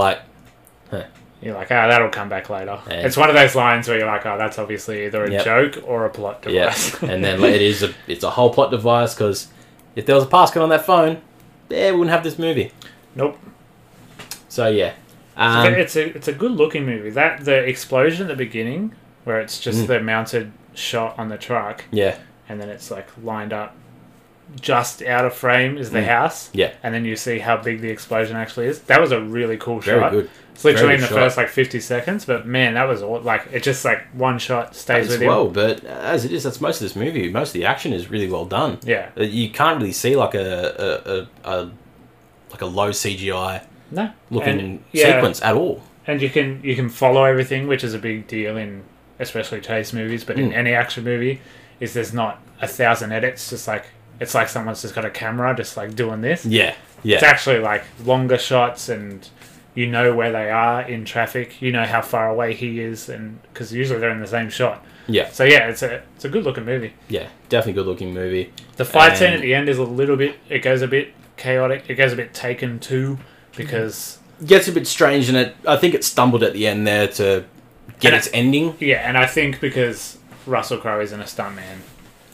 [SPEAKER 1] like,
[SPEAKER 2] You're like, ah, that'll come back later.
[SPEAKER 1] Yeah.
[SPEAKER 2] It's one of those lines where you're like, oh, that's obviously either a
[SPEAKER 1] Yep.
[SPEAKER 2] joke or a plot device.
[SPEAKER 1] yes. and then like, it is a, it's a whole plot device because if there was a pass on that phone, yeah, we wouldn't have this movie.
[SPEAKER 2] nope.
[SPEAKER 1] So yeah,
[SPEAKER 2] But
[SPEAKER 1] um,
[SPEAKER 2] it's a it's a good looking movie. That the explosion at the beginning, where it's just
[SPEAKER 1] Mm.
[SPEAKER 2] the mounted shot on the truck,
[SPEAKER 1] yeah,
[SPEAKER 2] and then it's like lined up just out of frame is the
[SPEAKER 1] Mm.
[SPEAKER 2] house.
[SPEAKER 1] Yeah.
[SPEAKER 2] And then you see how big the explosion actually is. That was a really cool
[SPEAKER 1] very
[SPEAKER 2] shot.
[SPEAKER 1] good.
[SPEAKER 2] It's literally
[SPEAKER 1] Very
[SPEAKER 2] in the
[SPEAKER 1] good shot.
[SPEAKER 2] first like 50 seconds, but man, that was all like it just like one shot stays
[SPEAKER 1] As
[SPEAKER 2] with you.
[SPEAKER 1] well, but as it is, that's most of this movie. Most of the action is really well done.
[SPEAKER 2] Yeah.
[SPEAKER 1] Uh, You can't really see like a a, a, a like a low CGI
[SPEAKER 2] No.
[SPEAKER 1] looking
[SPEAKER 2] And- yeah.
[SPEAKER 1] sequence at all.
[SPEAKER 2] and you can you can follow everything, which is a big deal in especially chase movies, but in
[SPEAKER 1] Mm.
[SPEAKER 2] any action movie, is there's not a thousand edits. Just like it's like someone's just got a camera, just like doing this.
[SPEAKER 1] Yeah, yeah.
[SPEAKER 2] It's actually like longer shots, and you know where they are in traffic. You know how far away he is, and because usually they're in the same shot.
[SPEAKER 1] Yeah.
[SPEAKER 2] So yeah, it's a it's a good looking movie.
[SPEAKER 1] Yeah, definitely good looking movie.
[SPEAKER 2] The fight scene
[SPEAKER 1] And-
[SPEAKER 2] at the end is a little bit. It goes a bit chaotic. It goes a bit taken too because.
[SPEAKER 1] Gets a bit strange and it I think it stumbled at the end there to get
[SPEAKER 2] And
[SPEAKER 1] its ending.
[SPEAKER 2] Yeah, and I think because Russell Crowe isn't a stuntman,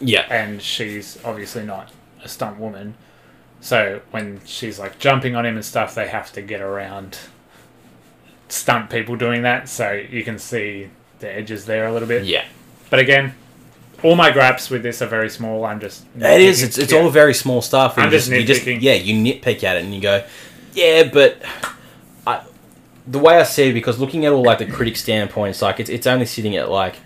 [SPEAKER 1] Yeah.
[SPEAKER 2] and she's obviously not a stunt woman. So when she's like jumping on him and stuff, they have to get around stunt people doing that. So you can see the edges there a little bit.
[SPEAKER 1] Yeah.
[SPEAKER 2] But again, all my gripes with this are very small. I'm just
[SPEAKER 1] It is. It's, it's all very small stuff. and
[SPEAKER 2] I'm
[SPEAKER 1] you
[SPEAKER 2] just
[SPEAKER 1] you
[SPEAKER 2] nitpicking.
[SPEAKER 1] Yeah, you nitpick at it and you go, yeah, but I, the way I see it, because looking at all like the critic standpoints, like it's, it's only sitting at like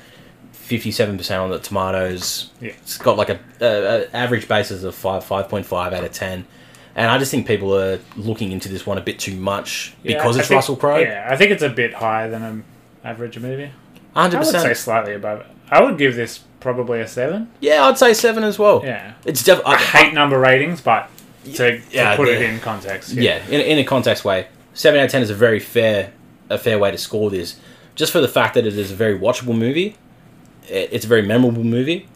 [SPEAKER 1] fifty-seven percent on the tomatoes.
[SPEAKER 2] Yeah.
[SPEAKER 1] It's got like a, a, a average basis of five five point five out of ten. And I just think people are looking into this one a bit too much
[SPEAKER 2] Yeah,
[SPEAKER 1] because
[SPEAKER 2] I
[SPEAKER 1] it's
[SPEAKER 2] think-
[SPEAKER 1] Russell Crowe.
[SPEAKER 2] Yeah, I think it's a bit higher than an average movie. I
[SPEAKER 1] hundred
[SPEAKER 2] would say
[SPEAKER 1] percent.
[SPEAKER 2] slightly above. it. I would give this probably a seven.
[SPEAKER 1] Yeah, I'd say seven as well.
[SPEAKER 2] Yeah,
[SPEAKER 1] It's definitely.
[SPEAKER 2] I hate number ratings, but to, to
[SPEAKER 1] Yeah,
[SPEAKER 2] put it
[SPEAKER 1] yeah.
[SPEAKER 2] in context,
[SPEAKER 1] yeah, in, in a context way, seven out of ten is a very fair, a fair way to score this, just for the fact that it is a very watchable movie. I- It's a very memorable movie.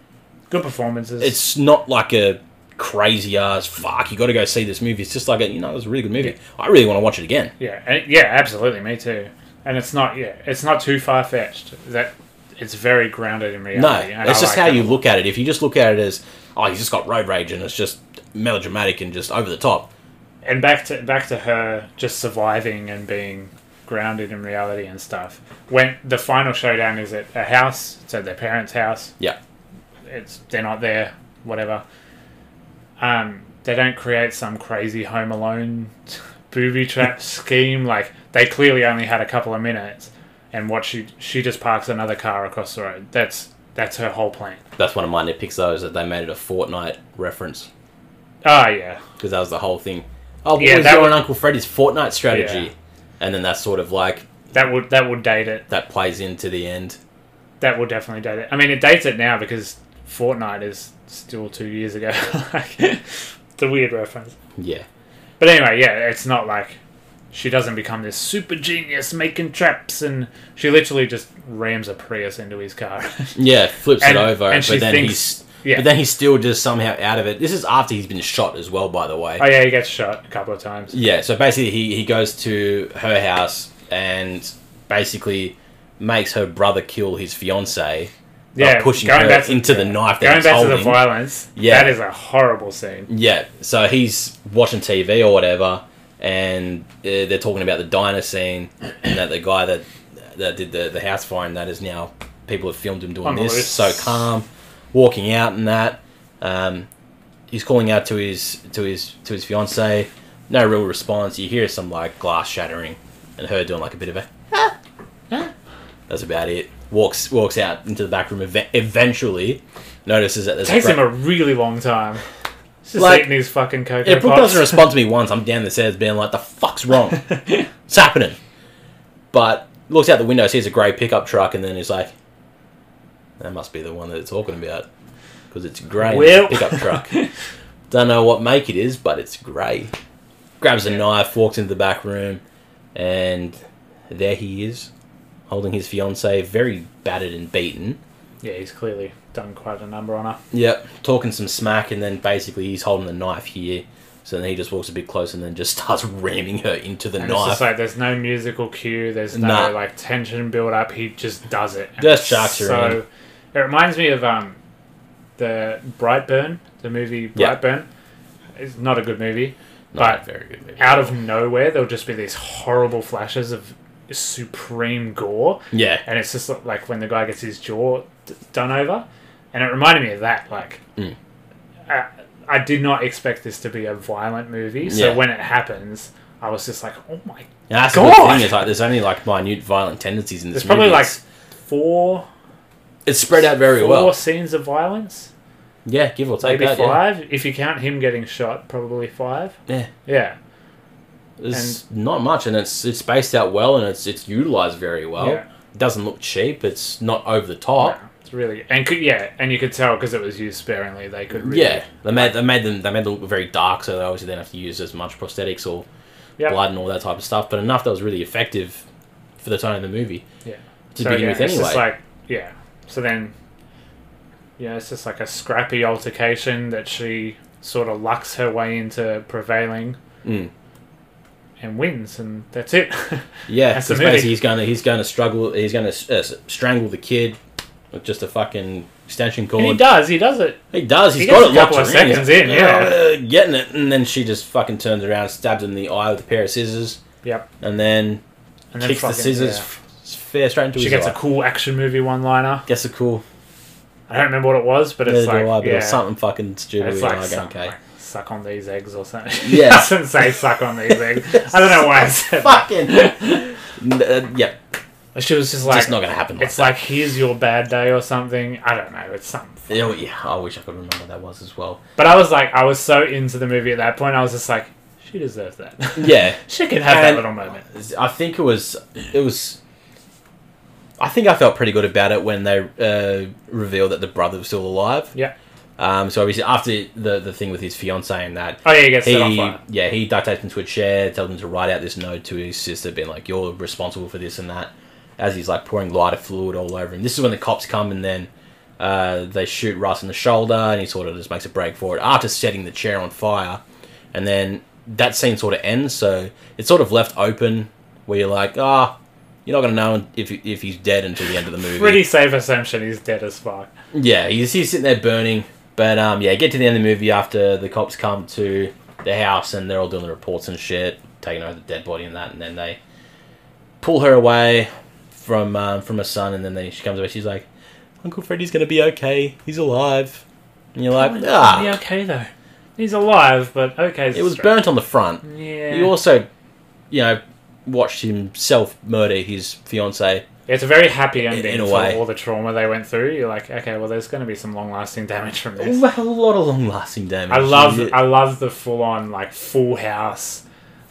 [SPEAKER 2] good performances.
[SPEAKER 1] It's not like a crazy ass fuck. You got to go see this movie. It's just like a, you know, it's a really good movie. I really want to watch it again.
[SPEAKER 2] Yeah, and- yeah, absolutely, me too. And it's not, yeah, it's not too far fetched. That it's very grounded in
[SPEAKER 1] No,
[SPEAKER 2] reality. and
[SPEAKER 1] it's
[SPEAKER 2] I
[SPEAKER 1] just
[SPEAKER 2] like
[SPEAKER 1] how
[SPEAKER 2] it.
[SPEAKER 1] you look at it. If you just look at it as oh, he's just got road rage and it's just melodramatic and just over the top.
[SPEAKER 2] And back to back to her just surviving and being grounded in reality and stuff. When the final showdown is at a house, it's at their parents' house.
[SPEAKER 1] Yeah,
[SPEAKER 2] It's they're not there, whatever. Um, they don't create some crazy Home Alone booby trap scheme. Like they clearly only had a couple of minutes, and what she she just parks another car across the road. That's that's her whole plan.
[SPEAKER 1] that's one of my nitpicks though is that they made it a Fortnite reference.
[SPEAKER 2] Oh yeah,
[SPEAKER 1] because that was the whole thing. Oh, what
[SPEAKER 2] Yeah,
[SPEAKER 1] was
[SPEAKER 2] that
[SPEAKER 1] your
[SPEAKER 2] wa-
[SPEAKER 1] and Uncle Freddy's Fortnite strategy?
[SPEAKER 2] Yeah.
[SPEAKER 1] And then that's sort of like
[SPEAKER 2] that would that would date it.
[SPEAKER 1] that plays into the end.
[SPEAKER 2] That would definitely date it. I mean, it dates it now because Fortnite is still two years ago. like, the weird reference.
[SPEAKER 1] Yeah,
[SPEAKER 2] But anyway, yeah, it's not like she doesn't become this super genius making traps, and she literally just rams a Prius into his car.
[SPEAKER 1] yeah, flips
[SPEAKER 2] And-
[SPEAKER 1] it over,
[SPEAKER 2] and she
[SPEAKER 1] but then
[SPEAKER 2] thinks-
[SPEAKER 1] he's
[SPEAKER 2] yeah.
[SPEAKER 1] but then he's still just somehow out of it. This is after he's been shot as well, by the way.
[SPEAKER 2] oh yeah, he gets shot a couple of times.
[SPEAKER 1] Yeah, so basically he, he goes to her house and basically makes her brother kill his fiance.
[SPEAKER 2] Yeah,
[SPEAKER 1] pushing her into the knife that
[SPEAKER 2] Going
[SPEAKER 1] he's
[SPEAKER 2] back to the
[SPEAKER 1] holding.
[SPEAKER 2] violence.
[SPEAKER 1] Yeah.
[SPEAKER 2] that is a horrible scene.
[SPEAKER 1] Yeah, so he's watching TV or whatever, and uh, they're talking about the diner scene, and that the guy that that did the, the house fire and that is now people have filmed him doing
[SPEAKER 2] On the
[SPEAKER 1] this
[SPEAKER 2] loose.
[SPEAKER 1] so calm, walking out and that. Um, he's calling out to his to his to his fiance. No real response. You hear some like glass shattering, and her doing like a bit of a. "Ah." That's about it. walks walks out into the back room. Ev- eventually, notices that there's
[SPEAKER 2] Takes
[SPEAKER 1] a
[SPEAKER 2] him a really long time. It's just
[SPEAKER 1] Like-
[SPEAKER 2] eating his fucking cocoa
[SPEAKER 1] Yeah, Brooke
[SPEAKER 2] pops.
[SPEAKER 1] doesn't respond to me once. I'm down the stairs being like, the fuck's wrong? it's happening. But looks out the window, sees a grey pickup truck, and then he's like, that must be the one that it's talking about. Because it's grey and
[SPEAKER 2] Well-
[SPEAKER 1] it's a pickup truck. Don't know what make it is, but it's grey. Grabs a knife, walks into the back room, and there he is, holding his fiancee, very battered and beaten.
[SPEAKER 2] yeah, he's clearly done quite a number on her.
[SPEAKER 1] Yep, talking some smack, and then basically he's holding the knife here. So then he just walks a bit closer and then just starts ramming her into the
[SPEAKER 2] And it's
[SPEAKER 1] knife.
[SPEAKER 2] just like there's no musical cue, there's no
[SPEAKER 1] Nah.
[SPEAKER 2] like tension build up. He just does it. And
[SPEAKER 1] Just
[SPEAKER 2] it's
[SPEAKER 1] chucks her
[SPEAKER 2] So it reminds me of um, the Brightburn, the movie
[SPEAKER 1] Yeah.
[SPEAKER 2] Brightburn. It's not a good movie,
[SPEAKER 1] Not
[SPEAKER 2] but
[SPEAKER 1] very good. movie.
[SPEAKER 2] out of nowhere there'll just be these horrible flashes of supreme gore,
[SPEAKER 1] Yeah,
[SPEAKER 2] and it's just like- like when the guy gets his jaw d- done over, and it reminded me of that. Like,
[SPEAKER 1] Mm.
[SPEAKER 2] I, I did not expect this to be a violent movie, so
[SPEAKER 1] Yeah.
[SPEAKER 2] when it happens, I was just like, oh my
[SPEAKER 1] and that's the
[SPEAKER 2] God!
[SPEAKER 1] good thing is like there's only like minute violent tendencies in this
[SPEAKER 2] There's probably
[SPEAKER 1] movie.
[SPEAKER 2] like
[SPEAKER 1] It's-
[SPEAKER 2] four,
[SPEAKER 1] it's spread out very
[SPEAKER 2] four
[SPEAKER 1] well.
[SPEAKER 2] scenes of violence.
[SPEAKER 1] Yeah, give or take
[SPEAKER 2] Maybe
[SPEAKER 1] that. yeah.
[SPEAKER 2] five, if you count him getting shot, probably five.
[SPEAKER 1] Yeah,
[SPEAKER 2] Yeah,
[SPEAKER 1] there's not much, and it's it's spaced out well, and it's it's utilized very well.
[SPEAKER 2] Yeah.
[SPEAKER 1] It doesn't look cheap. It's not over the top.
[SPEAKER 2] No, it's really and could, yeah, and you could tell because it was used sparingly. They could really,
[SPEAKER 1] Yeah, they made they made them they made them look very dark, so they obviously didn't have to use as much prosthetics or
[SPEAKER 2] Yep.
[SPEAKER 1] blood and all that type of stuff. But enough that was really effective for the tone of the movie
[SPEAKER 2] yeah.
[SPEAKER 1] to
[SPEAKER 2] so
[SPEAKER 1] begin
[SPEAKER 2] yeah,
[SPEAKER 1] with.
[SPEAKER 2] it's
[SPEAKER 1] Anyway,
[SPEAKER 2] just like yeah. So then, yeah, it's just like a scrappy altercation that she sort of lucks her way into prevailing
[SPEAKER 1] Mm.
[SPEAKER 2] and wins, and that's it.
[SPEAKER 1] yeah,
[SPEAKER 2] that's
[SPEAKER 1] it's
[SPEAKER 2] the movie.
[SPEAKER 1] basically he's going to he's going to struggle. He's going to uh, s- strangle the kid with just a fucking extension cord.
[SPEAKER 2] and he does. He does it.
[SPEAKER 1] He does. He's
[SPEAKER 2] He
[SPEAKER 1] got
[SPEAKER 2] gets
[SPEAKER 1] it
[SPEAKER 2] a
[SPEAKER 1] locked
[SPEAKER 2] couple of
[SPEAKER 1] around
[SPEAKER 2] seconds
[SPEAKER 1] him.
[SPEAKER 2] in, yeah.
[SPEAKER 1] Uh, getting it, and then she just fucking turns around, stabs him in the eye with a pair of scissors,
[SPEAKER 2] Yep.
[SPEAKER 1] and then,
[SPEAKER 2] And then
[SPEAKER 1] kicks the
[SPEAKER 2] fucking-
[SPEAKER 1] scissors
[SPEAKER 2] yeah.
[SPEAKER 1] f- fair straight into
[SPEAKER 2] She
[SPEAKER 1] his
[SPEAKER 2] gets
[SPEAKER 1] eye.
[SPEAKER 2] a cool action movie one-liner.
[SPEAKER 1] gets a cool.
[SPEAKER 2] I don't remember what it was, but
[SPEAKER 1] Neither
[SPEAKER 2] it's
[SPEAKER 1] do I,
[SPEAKER 2] like,
[SPEAKER 1] but it
[SPEAKER 2] yeah,
[SPEAKER 1] was something fucking stupid.
[SPEAKER 2] it's
[SPEAKER 1] we
[SPEAKER 2] like,
[SPEAKER 1] were like,
[SPEAKER 2] something
[SPEAKER 1] okay.
[SPEAKER 2] like, suck on these eggs or something.
[SPEAKER 1] Yeah.
[SPEAKER 2] Yeah, doesn't say suck on these eggs. I don't know why I said. That.
[SPEAKER 1] fucking. N- uh, yeah,
[SPEAKER 2] She was just like,
[SPEAKER 1] just not gonna happen. Like
[SPEAKER 2] it's like here's your bad day or something. I don't know. It's something.
[SPEAKER 1] that. Yeah, well, yeah, I wish I could remember what that was as well.
[SPEAKER 2] But I was like, I was so into the movie at that point. I was just like, she deserves that.
[SPEAKER 1] Yeah,
[SPEAKER 2] she can have that
[SPEAKER 1] And-
[SPEAKER 2] little moment.
[SPEAKER 1] I think it was. It was. I think I felt pretty good about it when they uh, revealed that the brother was still alive.
[SPEAKER 2] Yeah.
[SPEAKER 1] Um. So obviously after the the thing with his fiance and that.
[SPEAKER 2] Oh yeah, he gets set on
[SPEAKER 1] He,
[SPEAKER 2] fire.
[SPEAKER 1] yeah, he duct taped him to a chair, tells him to write out this note to his sister, being like, "You're responsible for this and that." As he's like pouring lighter fluid all over him. This is when the cops come and then uh, they shoot Russ in the shoulder, and he sort of just makes a break for it after setting the chair on fire. And then that scene sort of ends, so it's sort of left open where you're like, ah, you're not gonna know if if he's dead until the end of the movie.
[SPEAKER 2] Pretty safe assumption. He's dead as fuck.
[SPEAKER 1] Yeah, he's, he's sitting there burning. But um, yeah, get to the end of the movie after the cops come to the house and they're all doing the reports and shit, taking over the dead body and that, and then they pull her away from um, from her son, and then they, she comes away. She's like, "Uncle Freddy's gonna be okay. He's alive." And you're like,
[SPEAKER 2] Is he
[SPEAKER 1] "Ah,
[SPEAKER 2] okay though? He's alive, but okay.
[SPEAKER 1] it was burnt on the front."
[SPEAKER 2] Yeah.
[SPEAKER 1] You also, you know, watched himself murder his fiance.
[SPEAKER 2] It's a very happy ending
[SPEAKER 1] in a
[SPEAKER 2] for
[SPEAKER 1] way.
[SPEAKER 2] all the trauma they went through. You're like, okay, well, there's going to be some long-lasting damage from
[SPEAKER 1] A
[SPEAKER 2] this.
[SPEAKER 1] lot of long-lasting damage.
[SPEAKER 2] I love,
[SPEAKER 1] Yeah.
[SPEAKER 2] I love the full-on like Full House,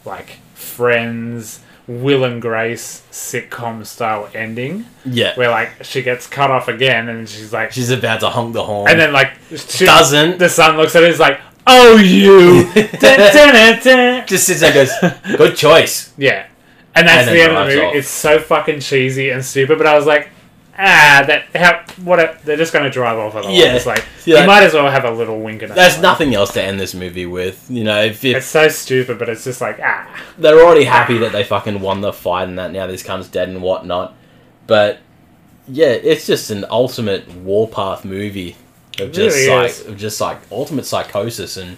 [SPEAKER 2] like Friends, Will and Grace sitcom style ending,
[SPEAKER 1] Yeah,
[SPEAKER 2] where like she gets cut off again, and she's like,
[SPEAKER 1] she's about to honk the horn,
[SPEAKER 2] and then like she,
[SPEAKER 1] doesn't.
[SPEAKER 2] the son looks at her, he's like, oh you, Dun, dun, dun, dun.
[SPEAKER 1] just sits there and goes, "Good choice."
[SPEAKER 2] yeah, and that's
[SPEAKER 1] And then
[SPEAKER 2] the end of
[SPEAKER 1] drives
[SPEAKER 2] the movie.
[SPEAKER 1] off.
[SPEAKER 2] It's so fucking cheesy and stupid, but I was like. Ah, that how what a, they're just going to drive off otherwise.
[SPEAKER 1] Yeah.
[SPEAKER 2] It's like
[SPEAKER 1] Yeah,
[SPEAKER 2] you
[SPEAKER 1] that-
[SPEAKER 2] might as well have a little wink and a
[SPEAKER 1] There's
[SPEAKER 2] nod.
[SPEAKER 1] nothing else to end this movie with. You know, if,
[SPEAKER 2] It's
[SPEAKER 1] if
[SPEAKER 2] so stupid, but it's just like ah.
[SPEAKER 1] they're already happy that they fucking won the fight and that now this cunt's dead and whatnot, but yeah, it's just an ultimate warpath movie of
[SPEAKER 2] It
[SPEAKER 1] just
[SPEAKER 2] really is.
[SPEAKER 1] psych, of just like ultimate psychosis and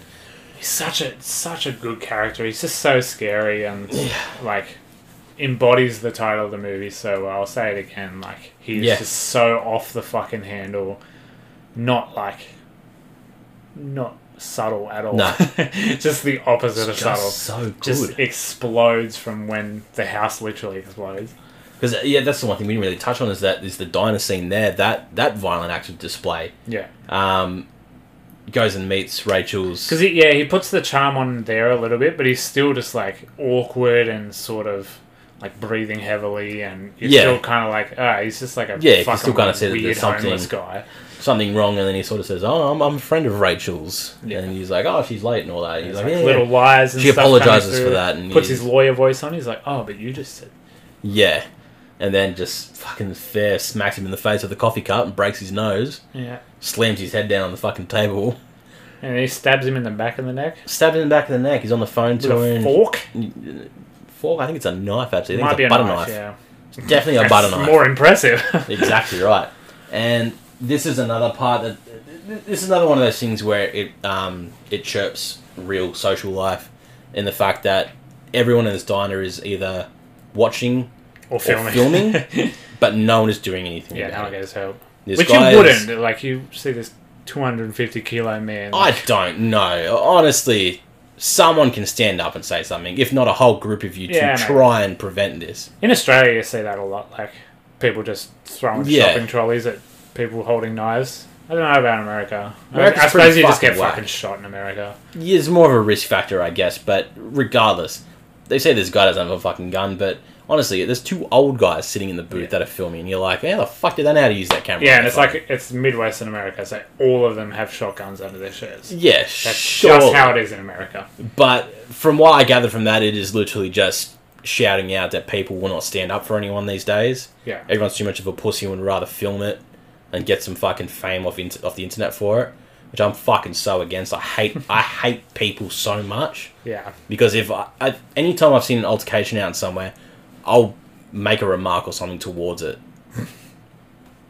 [SPEAKER 2] He's such a such a good character. He's just so scary and like embodies the title of the movie so well. I'll say it again. Like he's
[SPEAKER 1] Yeah.
[SPEAKER 2] just so off the fucking handle, not like not subtle at all.
[SPEAKER 1] No.
[SPEAKER 2] just the opposite
[SPEAKER 1] it's
[SPEAKER 2] of
[SPEAKER 1] just
[SPEAKER 2] subtle.
[SPEAKER 1] so good.
[SPEAKER 2] Just explodes from when the house literally explodes.
[SPEAKER 1] Because yeah, that's the one thing we didn't really touch on is that is the diner scene there. That that violent action display
[SPEAKER 2] Yeah.
[SPEAKER 1] um, goes and meets Rachel's.
[SPEAKER 2] Because yeah, he puts the charm on there a little bit, but he's still just like awkward and sort of like breathing heavily, and you're
[SPEAKER 1] Yeah.
[SPEAKER 2] still kind of like, ah, he's just like a
[SPEAKER 1] Yeah, you can
[SPEAKER 2] fucking
[SPEAKER 1] still kinda see that
[SPEAKER 2] weird
[SPEAKER 1] there's something-
[SPEAKER 2] homeless guy.
[SPEAKER 1] something wrong, and then he sort of says, "Oh, I'm, I'm a friend of Rachel's,"
[SPEAKER 2] Yeah.
[SPEAKER 1] and he's like, "Oh, she's late and all that." He's
[SPEAKER 2] He's
[SPEAKER 1] like,
[SPEAKER 2] like
[SPEAKER 1] "Yeah,
[SPEAKER 2] little lies and
[SPEAKER 1] She
[SPEAKER 2] stuff coming
[SPEAKER 1] apologizes for
[SPEAKER 2] through,
[SPEAKER 1] that and
[SPEAKER 2] puts
[SPEAKER 1] he's-
[SPEAKER 2] his lawyer voice on. He's like, oh, but you just said
[SPEAKER 1] yeah," and then just fucking fair smacks him in the face with the coffee cup and breaks his nose,
[SPEAKER 2] yeah,
[SPEAKER 1] slams his head down on the fucking table,
[SPEAKER 2] and he stabs him in the back of the neck
[SPEAKER 1] stabs him in the back of the neck. He's on the phone
[SPEAKER 2] with
[SPEAKER 1] to her.
[SPEAKER 2] a
[SPEAKER 1] and- uh,
[SPEAKER 2] fork.
[SPEAKER 1] fork? I think it's a knife actually. I think
[SPEAKER 2] Might
[SPEAKER 1] it's
[SPEAKER 2] be
[SPEAKER 1] a
[SPEAKER 2] a
[SPEAKER 1] butter
[SPEAKER 2] knife,
[SPEAKER 1] knife.
[SPEAKER 2] yeah.
[SPEAKER 1] Definitely a
[SPEAKER 2] That's
[SPEAKER 1] butter knife.
[SPEAKER 2] More impressive.
[SPEAKER 1] exactly right. And this is another part that this is another one of those things where it um, it chirps real social life in the fact that everyone in this diner is either watching,
[SPEAKER 2] or filming.
[SPEAKER 1] filming? but no one is doing anything.
[SPEAKER 2] yeah,
[SPEAKER 1] about it.
[SPEAKER 2] alligators help.
[SPEAKER 1] This
[SPEAKER 2] Which you
[SPEAKER 1] guy is-
[SPEAKER 2] wouldn't. Like you see this 250 kilo man.
[SPEAKER 1] I don't know. Honestly, someone can stand up and say something, if not a whole group of you,
[SPEAKER 2] Yeah, mate.
[SPEAKER 1] to try and prevent this.
[SPEAKER 2] In Australia, you see that a lot. Like people just throwing
[SPEAKER 1] Yeah.
[SPEAKER 2] shopping trolleys at people holding knives. I don't know about America. I-
[SPEAKER 1] America's
[SPEAKER 2] I suppose
[SPEAKER 1] pretty
[SPEAKER 2] you just
[SPEAKER 1] fucking
[SPEAKER 2] get
[SPEAKER 1] whack. Oh,
[SPEAKER 2] fucking shot in America.
[SPEAKER 1] Yeah, it's more of a risk factor, I guess. But regardless, they say this guy doesn't have a fucking gun, but honestly, there's two old guys sitting in the booth
[SPEAKER 2] Yeah.
[SPEAKER 1] that are filming, and you're like, how the fuck did they know how to use that camera?
[SPEAKER 2] Yeah, and it's
[SPEAKER 1] Like,
[SPEAKER 2] like it's Midwestern America, so all of them have shotguns under their shirts.
[SPEAKER 1] yeah,
[SPEAKER 2] That's
[SPEAKER 1] sure.
[SPEAKER 2] just how it is in America.
[SPEAKER 1] but from what I gathered from that, it is literally just shouting out that people will not stand up for anyone these days.
[SPEAKER 2] Yeah.
[SPEAKER 1] Everyone's too much of a pussy and would rather film it and get some fucking fame off, int- off the internet for it, which I'm fucking so against. I hate I hate people so much.
[SPEAKER 2] Yeah.
[SPEAKER 1] because if I, I any time I've seen an altercation out somewhere, I'll make a remark or something towards it.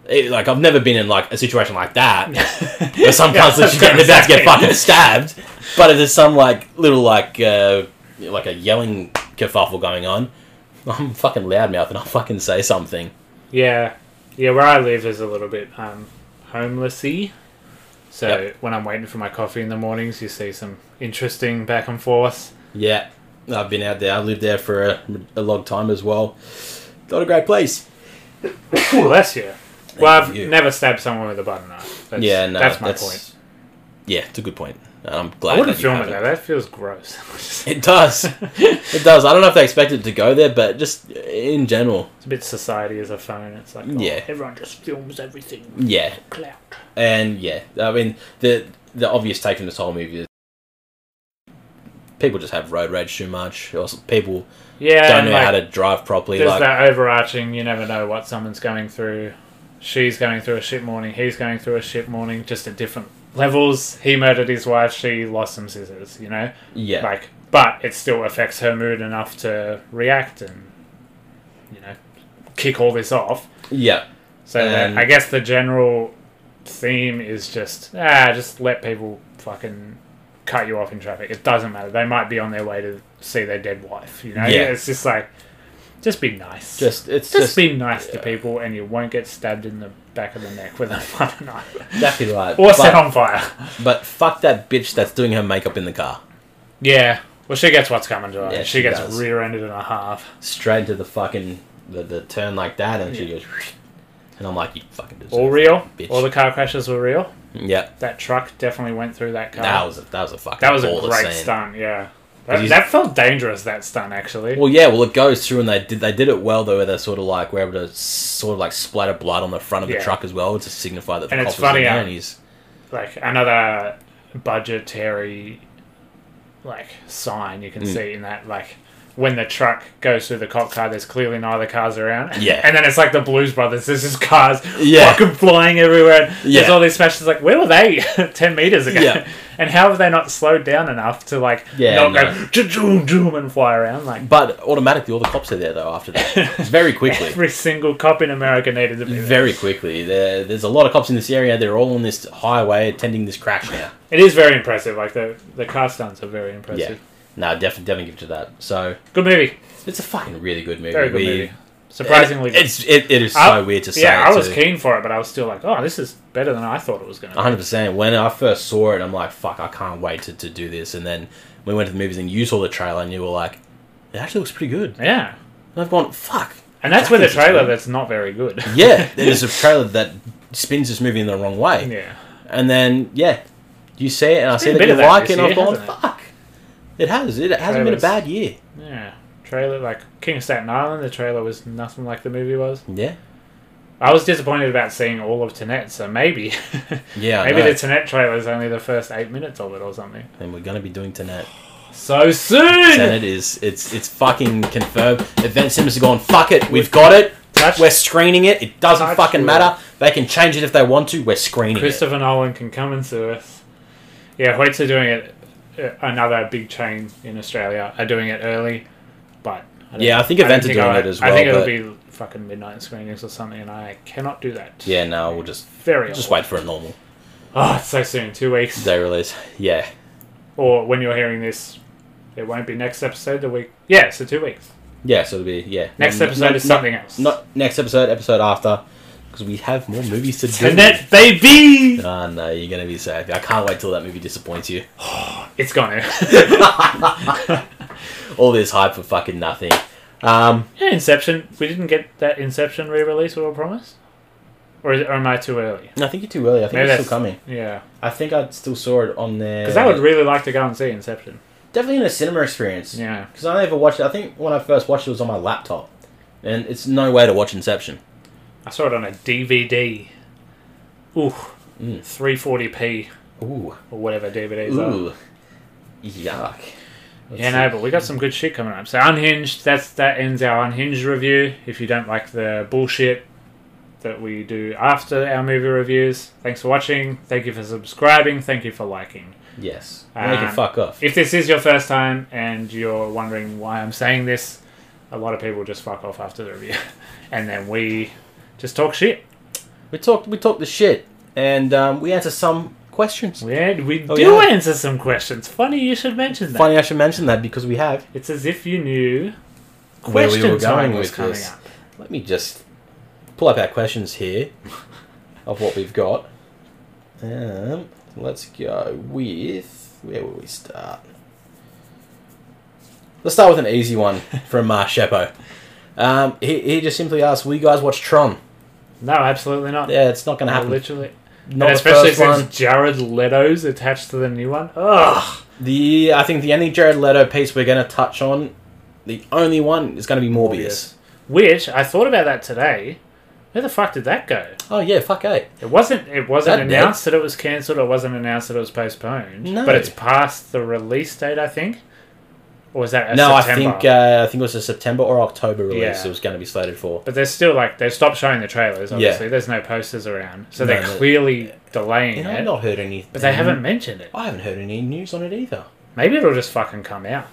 [SPEAKER 1] It- like I've never been in like a situation like that where some
[SPEAKER 2] Yeah,
[SPEAKER 1] cunts literally getting
[SPEAKER 2] that's
[SPEAKER 1] about to get
[SPEAKER 2] exactly.
[SPEAKER 1] fucking stabbed, but if there's some like little like uh, like a yelling kerfuffle going on, I'm fucking loudmouth and I'll fucking say something.
[SPEAKER 2] Yeah, yeah. Where I live is a little bit um, homelessy, so
[SPEAKER 1] Yep.
[SPEAKER 2] when I'm waiting for my coffee in the mornings, you see some interesting back and forth.
[SPEAKER 1] Yeah, I've been out there. I've lived there for a, a long time as well. Not a great place.
[SPEAKER 2] Ooh, bless you. Well, I've
[SPEAKER 1] you.
[SPEAKER 2] never stabbed someone with a butter knife. That's,
[SPEAKER 1] yeah, no,
[SPEAKER 2] that's my point.
[SPEAKER 1] Yeah, it's a good point. And I'm glad.
[SPEAKER 2] I wouldn't
[SPEAKER 1] that you
[SPEAKER 2] film it
[SPEAKER 1] haven't.
[SPEAKER 2] though. That feels gross.
[SPEAKER 1] It does. it does. I don't know if they expected it to go there, but just in general,
[SPEAKER 2] it's a bit society as a phone. It's like oh,
[SPEAKER 1] Yeah.
[SPEAKER 2] everyone just films everything.
[SPEAKER 1] yeah,
[SPEAKER 2] Clout.
[SPEAKER 1] and yeah. I mean, the the obvious take from this whole movie is people just have road rage too much, or s- people
[SPEAKER 2] oh. Yeah,
[SPEAKER 1] don't
[SPEAKER 2] and,
[SPEAKER 1] know
[SPEAKER 2] like,
[SPEAKER 1] how to drive properly.
[SPEAKER 2] there's
[SPEAKER 1] Like,
[SPEAKER 2] that overarching. You never know what someone's going through. She's going through a shit morning. He's going through a shit morning. Just at different levels. He murdered his wife. She lost some scissors. You know,
[SPEAKER 1] yeah,
[SPEAKER 2] like, but it still affects her mood enough to react and you know kick all this off.
[SPEAKER 1] yeah,
[SPEAKER 2] So
[SPEAKER 1] And-
[SPEAKER 2] that, I guess the general theme is just ah, just let people fucking cut you off in traffic. It doesn't matter. They might be on their way to see their dead wife. You know,
[SPEAKER 1] Yeah.
[SPEAKER 2] it's just like just be nice.
[SPEAKER 1] just it's
[SPEAKER 2] Just,
[SPEAKER 1] just,
[SPEAKER 2] be nice
[SPEAKER 1] yeah.
[SPEAKER 2] to people, and you won't get stabbed in the back of the neck with a butter knife
[SPEAKER 1] exactly right.
[SPEAKER 2] or set
[SPEAKER 1] but,
[SPEAKER 2] on fire.
[SPEAKER 1] but fuck that bitch that's doing her makeup in the car,
[SPEAKER 2] Yeah. Well, she gets what's coming to her.
[SPEAKER 1] Yeah,
[SPEAKER 2] she,
[SPEAKER 1] she
[SPEAKER 2] gets
[SPEAKER 1] does.
[SPEAKER 2] rear-ended and a half.
[SPEAKER 1] straight into the fucking the, the turn like that, and she goes, and I'm like, you fucking deserve
[SPEAKER 2] All
[SPEAKER 1] it,
[SPEAKER 2] real.
[SPEAKER 1] bitch.
[SPEAKER 2] All the car crashes were real.
[SPEAKER 1] Yeah,
[SPEAKER 2] That truck definitely went through that car.
[SPEAKER 1] that was a, that was a fucking
[SPEAKER 2] That was a
[SPEAKER 1] baller
[SPEAKER 2] great
[SPEAKER 1] scene.
[SPEAKER 2] stunt, yeah.
[SPEAKER 1] Cause
[SPEAKER 2] That,
[SPEAKER 1] he's-
[SPEAKER 2] that felt dangerous. That stunt actually.
[SPEAKER 1] Well, yeah. Well, it goes through, and they did. They did it well, though. Where they sort of like were able to sort of like splatter blood on the front of
[SPEAKER 2] Yeah.
[SPEAKER 1] the truck as well to signify that the
[SPEAKER 2] And it's
[SPEAKER 1] cop was in
[SPEAKER 2] funny,
[SPEAKER 1] there
[SPEAKER 2] um,
[SPEAKER 1] and he's
[SPEAKER 2] Like another budgetary, like sign you
[SPEAKER 1] Mm.
[SPEAKER 2] can see in that. Like when the truck goes through the cop car, there's clearly no other cars around.
[SPEAKER 1] Yeah.
[SPEAKER 2] and then it's like the Blues Brothers. There's just cars
[SPEAKER 1] Yeah.
[SPEAKER 2] fucking flying everywhere. and There's
[SPEAKER 1] Yeah.
[SPEAKER 2] all these smashes. Like where were they ten meters ago?
[SPEAKER 1] Yeah.
[SPEAKER 2] And how have they not slowed down enough to like
[SPEAKER 1] Yeah,
[SPEAKER 2] not
[SPEAKER 1] no.
[SPEAKER 2] go "Cha-choom, choom," and fly around like.
[SPEAKER 1] But automatically, all the cops are there though. After that, very quickly,
[SPEAKER 2] Every single cop in America needed to be there.
[SPEAKER 1] very quickly. There, there's a lot of cops in this area. They're all on this highway attending this crash now.
[SPEAKER 2] It is very impressive. Like the the car stunts are very impressive.
[SPEAKER 1] Yeah. No, definitely, definitely give it to that. So
[SPEAKER 2] Good movie.
[SPEAKER 1] it's a fucking really good movie.
[SPEAKER 2] Very good
[SPEAKER 1] We-
[SPEAKER 2] movie. Surprisingly
[SPEAKER 1] it,
[SPEAKER 2] good.
[SPEAKER 1] it's it, it is so
[SPEAKER 2] I-
[SPEAKER 1] weird to Uh-huh. say.
[SPEAKER 2] yeah, I was
[SPEAKER 1] too.
[SPEAKER 2] keen for it, but I was still like, oh, this is better than I thought it was going to
[SPEAKER 1] hundred percent. When I first saw it, I'm like, "Fuck, I can't wait to, to do this." And then we went to the movies, and you saw the trailer, and you were like, "It actually looks pretty good."
[SPEAKER 2] be. Yeah.
[SPEAKER 1] And I've gone, "Fuck,
[SPEAKER 2] And that's with a
[SPEAKER 1] Dracula's
[SPEAKER 2] trailer
[SPEAKER 1] good.
[SPEAKER 2] that's not very good.
[SPEAKER 1] Yeah, there's a trailer that spins this movie in the wrong way.
[SPEAKER 2] yeah.
[SPEAKER 1] And then, yeah, you see it and I see
[SPEAKER 2] been a
[SPEAKER 1] that
[SPEAKER 2] bit
[SPEAKER 1] you
[SPEAKER 2] of that
[SPEAKER 1] like
[SPEAKER 2] this
[SPEAKER 1] it and I've
[SPEAKER 2] year,
[SPEAKER 1] gone,
[SPEAKER 2] hasn't it?
[SPEAKER 1] fuck. It has. It hasn't been a
[SPEAKER 2] Trailers.
[SPEAKER 1] bad year.
[SPEAKER 2] Yeah. Trailer, like King of Staten Island, the trailer was nothing like the movie was.
[SPEAKER 1] Yeah.
[SPEAKER 2] I was disappointed about seeing all of Tenet, so maybe.
[SPEAKER 1] Yeah, I
[SPEAKER 2] maybe
[SPEAKER 1] know.
[SPEAKER 2] the Tenet trailer is only the first eight minutes of it or something.
[SPEAKER 1] And we're going to be doing Tenet.
[SPEAKER 2] So soon!
[SPEAKER 1] Tenet is, it's it's fucking confirmed. Event Simmons are going, fuck it, we've got it.
[SPEAKER 2] Touch-
[SPEAKER 1] We're screening it. It doesn't
[SPEAKER 2] Touch
[SPEAKER 1] fucking
[SPEAKER 2] wood.
[SPEAKER 1] matter. They can change it if they want to. We're screening it.
[SPEAKER 2] Christopher Nolan can come and sue us. Yeah, Hoyts are doing it. uh, Another big chain in Australia are doing it early, but I don't-
[SPEAKER 1] Yeah, I think
[SPEAKER 2] don't
[SPEAKER 1] Event are doing
[SPEAKER 2] I'll-
[SPEAKER 1] it as
[SPEAKER 2] I think
[SPEAKER 1] well,
[SPEAKER 2] it'll be fucking midnight screenings or something, and I cannot do that.
[SPEAKER 1] Yeah, no, we'll just
[SPEAKER 2] very.
[SPEAKER 1] just
[SPEAKER 2] awkward.
[SPEAKER 1] wait for a normal
[SPEAKER 2] Oh, it's so soon. Two weeks,
[SPEAKER 1] day release. Yeah.
[SPEAKER 2] or when you're hearing this, it won't be next episode. The week. Yeah, so two weeks.
[SPEAKER 1] Yeah, so it'll be, yeah.
[SPEAKER 2] Next
[SPEAKER 1] No,
[SPEAKER 2] episode
[SPEAKER 1] no,
[SPEAKER 2] is
[SPEAKER 1] no,
[SPEAKER 2] something else.
[SPEAKER 1] Not next episode, episode after, because we have more movies to do.
[SPEAKER 2] Tenet, baby.
[SPEAKER 1] Ah, no, you're gonna be sad. I can't wait till that movie disappoints you.
[SPEAKER 2] It's gone.
[SPEAKER 1] All this hype for fucking nothing. Um,
[SPEAKER 2] yeah, Inception. We didn't get that Inception re-release. We were promised, or, is it, or am I too early?
[SPEAKER 1] I think you're too early. I think
[SPEAKER 2] Maybe
[SPEAKER 1] it's
[SPEAKER 2] that's-
[SPEAKER 1] still coming.
[SPEAKER 2] Yeah.
[SPEAKER 1] I think I still saw it on there.
[SPEAKER 2] Because I would really like to go and see Inception.
[SPEAKER 1] definitely in a cinema experience.
[SPEAKER 2] Yeah.
[SPEAKER 1] Because I never watched it. I think when I first watched it, it was on my laptop, and it's no way to watch Inception.
[SPEAKER 2] I saw it on a DVD. Ooh.
[SPEAKER 1] Mm.
[SPEAKER 2] 340p
[SPEAKER 1] Ooh,
[SPEAKER 2] or whatever DVDs are.
[SPEAKER 1] ooh, yuck.
[SPEAKER 2] yeah, no, but we got some good shit coming up. So Unhinged, that's that ends our Unhinged review. If you don't like the bullshit that we do after our movie reviews, thanks for watching. Thank you for subscribing. Thank you for liking.
[SPEAKER 1] Yes, now you can
[SPEAKER 2] Um,
[SPEAKER 1] fuck off.
[SPEAKER 2] If this is your first time and you're wondering why I'm saying this, a lot of people just fuck off after the review, and then we just talk shit.
[SPEAKER 1] We talked. We talked the shit, and um, we answer some questions.
[SPEAKER 2] Yeah, we
[SPEAKER 1] Oh,
[SPEAKER 2] do
[SPEAKER 1] yeah.
[SPEAKER 2] answer some questions. Funny you should mention that.
[SPEAKER 1] Funny I should mention that because we have.
[SPEAKER 2] It's as if you knew
[SPEAKER 1] Where we
[SPEAKER 2] question
[SPEAKER 1] were
[SPEAKER 2] time
[SPEAKER 1] going
[SPEAKER 2] was
[SPEAKER 1] with
[SPEAKER 2] coming
[SPEAKER 1] this.
[SPEAKER 2] up.
[SPEAKER 1] Let me just pull up our questions here of what we've got. Um, let's go with where will we start? Let's start with an easy one from uh, Sheppo. Um, he, he just simply asked, "Will you guys watch Tron?"
[SPEAKER 2] No, absolutely not.
[SPEAKER 1] Yeah, it's not going to
[SPEAKER 2] No,
[SPEAKER 1] happen.
[SPEAKER 2] literally.
[SPEAKER 1] Not
[SPEAKER 2] and
[SPEAKER 1] the
[SPEAKER 2] especially
[SPEAKER 1] first
[SPEAKER 2] since
[SPEAKER 1] one.
[SPEAKER 2] Jared Leto's attached to the new one. Ugh.
[SPEAKER 1] The I think the only Jared Leto piece we're going to touch on, the only one is going to be Morbius.
[SPEAKER 2] Which I thought about that today. Where the fuck did that go?
[SPEAKER 1] Oh yeah, fuck eh.
[SPEAKER 2] It wasn't. It wasn't
[SPEAKER 1] That
[SPEAKER 2] announced that it was cancelled. It wasn't announced that it was postponed.
[SPEAKER 1] No.
[SPEAKER 2] But it's past the release date, I think. Or was that a
[SPEAKER 1] No,
[SPEAKER 2] September?
[SPEAKER 1] I think uh, I think it was a September or October release.
[SPEAKER 2] Yeah.
[SPEAKER 1] It was going to be slated for.
[SPEAKER 2] But they're still like they stopped showing the trailers. Obviously,
[SPEAKER 1] Yeah.
[SPEAKER 2] there's no posters around, so
[SPEAKER 1] No,
[SPEAKER 2] they're
[SPEAKER 1] no. Mm-hmm.
[SPEAKER 2] clearly delaying
[SPEAKER 1] And
[SPEAKER 2] it.
[SPEAKER 1] I've not heard anything.
[SPEAKER 2] But they haven't mentioned it.
[SPEAKER 1] I haven't heard any news on it either.
[SPEAKER 2] Maybe it'll just fucking come out.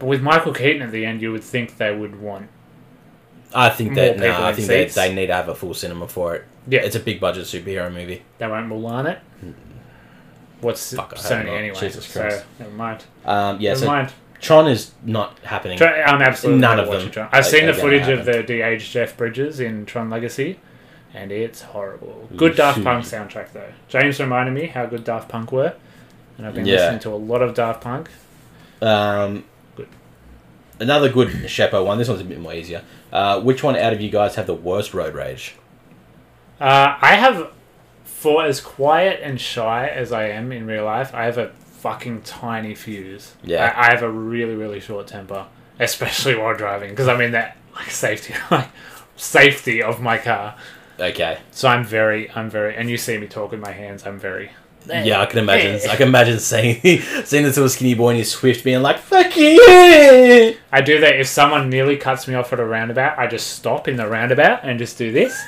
[SPEAKER 2] But with Michael Keaton at the end, you would think they would want.
[SPEAKER 1] I think
[SPEAKER 2] More
[SPEAKER 1] that no,
[SPEAKER 2] people
[SPEAKER 1] I
[SPEAKER 2] in
[SPEAKER 1] think they,
[SPEAKER 2] seats.
[SPEAKER 1] they need to have a full cinema for it.
[SPEAKER 2] Yeah,
[SPEAKER 1] It's a big budget superhero movie.
[SPEAKER 2] they won't Mulan it. What's
[SPEAKER 1] Fuck, I hope
[SPEAKER 2] Sony
[SPEAKER 1] not.
[SPEAKER 2] anyway?
[SPEAKER 1] Jesus
[SPEAKER 2] so
[SPEAKER 1] Christ.
[SPEAKER 2] never mind.
[SPEAKER 1] Um, yeah,
[SPEAKER 2] never
[SPEAKER 1] so
[SPEAKER 2] mind.
[SPEAKER 1] Tron is not happening.
[SPEAKER 2] Try, I'm absolutely
[SPEAKER 1] None
[SPEAKER 2] not
[SPEAKER 1] of
[SPEAKER 2] watching
[SPEAKER 1] them
[SPEAKER 2] Tron. I've
[SPEAKER 1] are-
[SPEAKER 2] seen
[SPEAKER 1] are
[SPEAKER 2] the
[SPEAKER 1] gonna
[SPEAKER 2] footage of
[SPEAKER 1] happen.
[SPEAKER 2] the de-aged Jeff Bridges in Tron Legacy, and it's horrible. Good Daft
[SPEAKER 1] Shoot.
[SPEAKER 2] Punk soundtrack though. James reminded me how good Daft Punk were, and I've been
[SPEAKER 1] Yeah.
[SPEAKER 2] listening to a lot of Daft Punk.
[SPEAKER 1] Um,
[SPEAKER 2] Good.
[SPEAKER 1] another good Sheppo one. This one's a bit more easier. Uh, which one out of you guys have the worst road rage?
[SPEAKER 2] Uh, I have, for as quiet and shy as I am in real life, I have a fucking tiny fuse.
[SPEAKER 1] Yeah.
[SPEAKER 2] I, I have a really really short temper, especially while driving, because I mean that like safety, like safety of my car.
[SPEAKER 1] Okay,
[SPEAKER 2] So I'm very, I'm very, and you see me talk with my hands. I'm very.
[SPEAKER 1] yeah, I can imagine. I can imagine seeing seeing this little skinny boy in his Swift being like, "Fuck you!"
[SPEAKER 2] I do that if someone nearly cuts me off at a roundabout. I just stop in the roundabout and just do this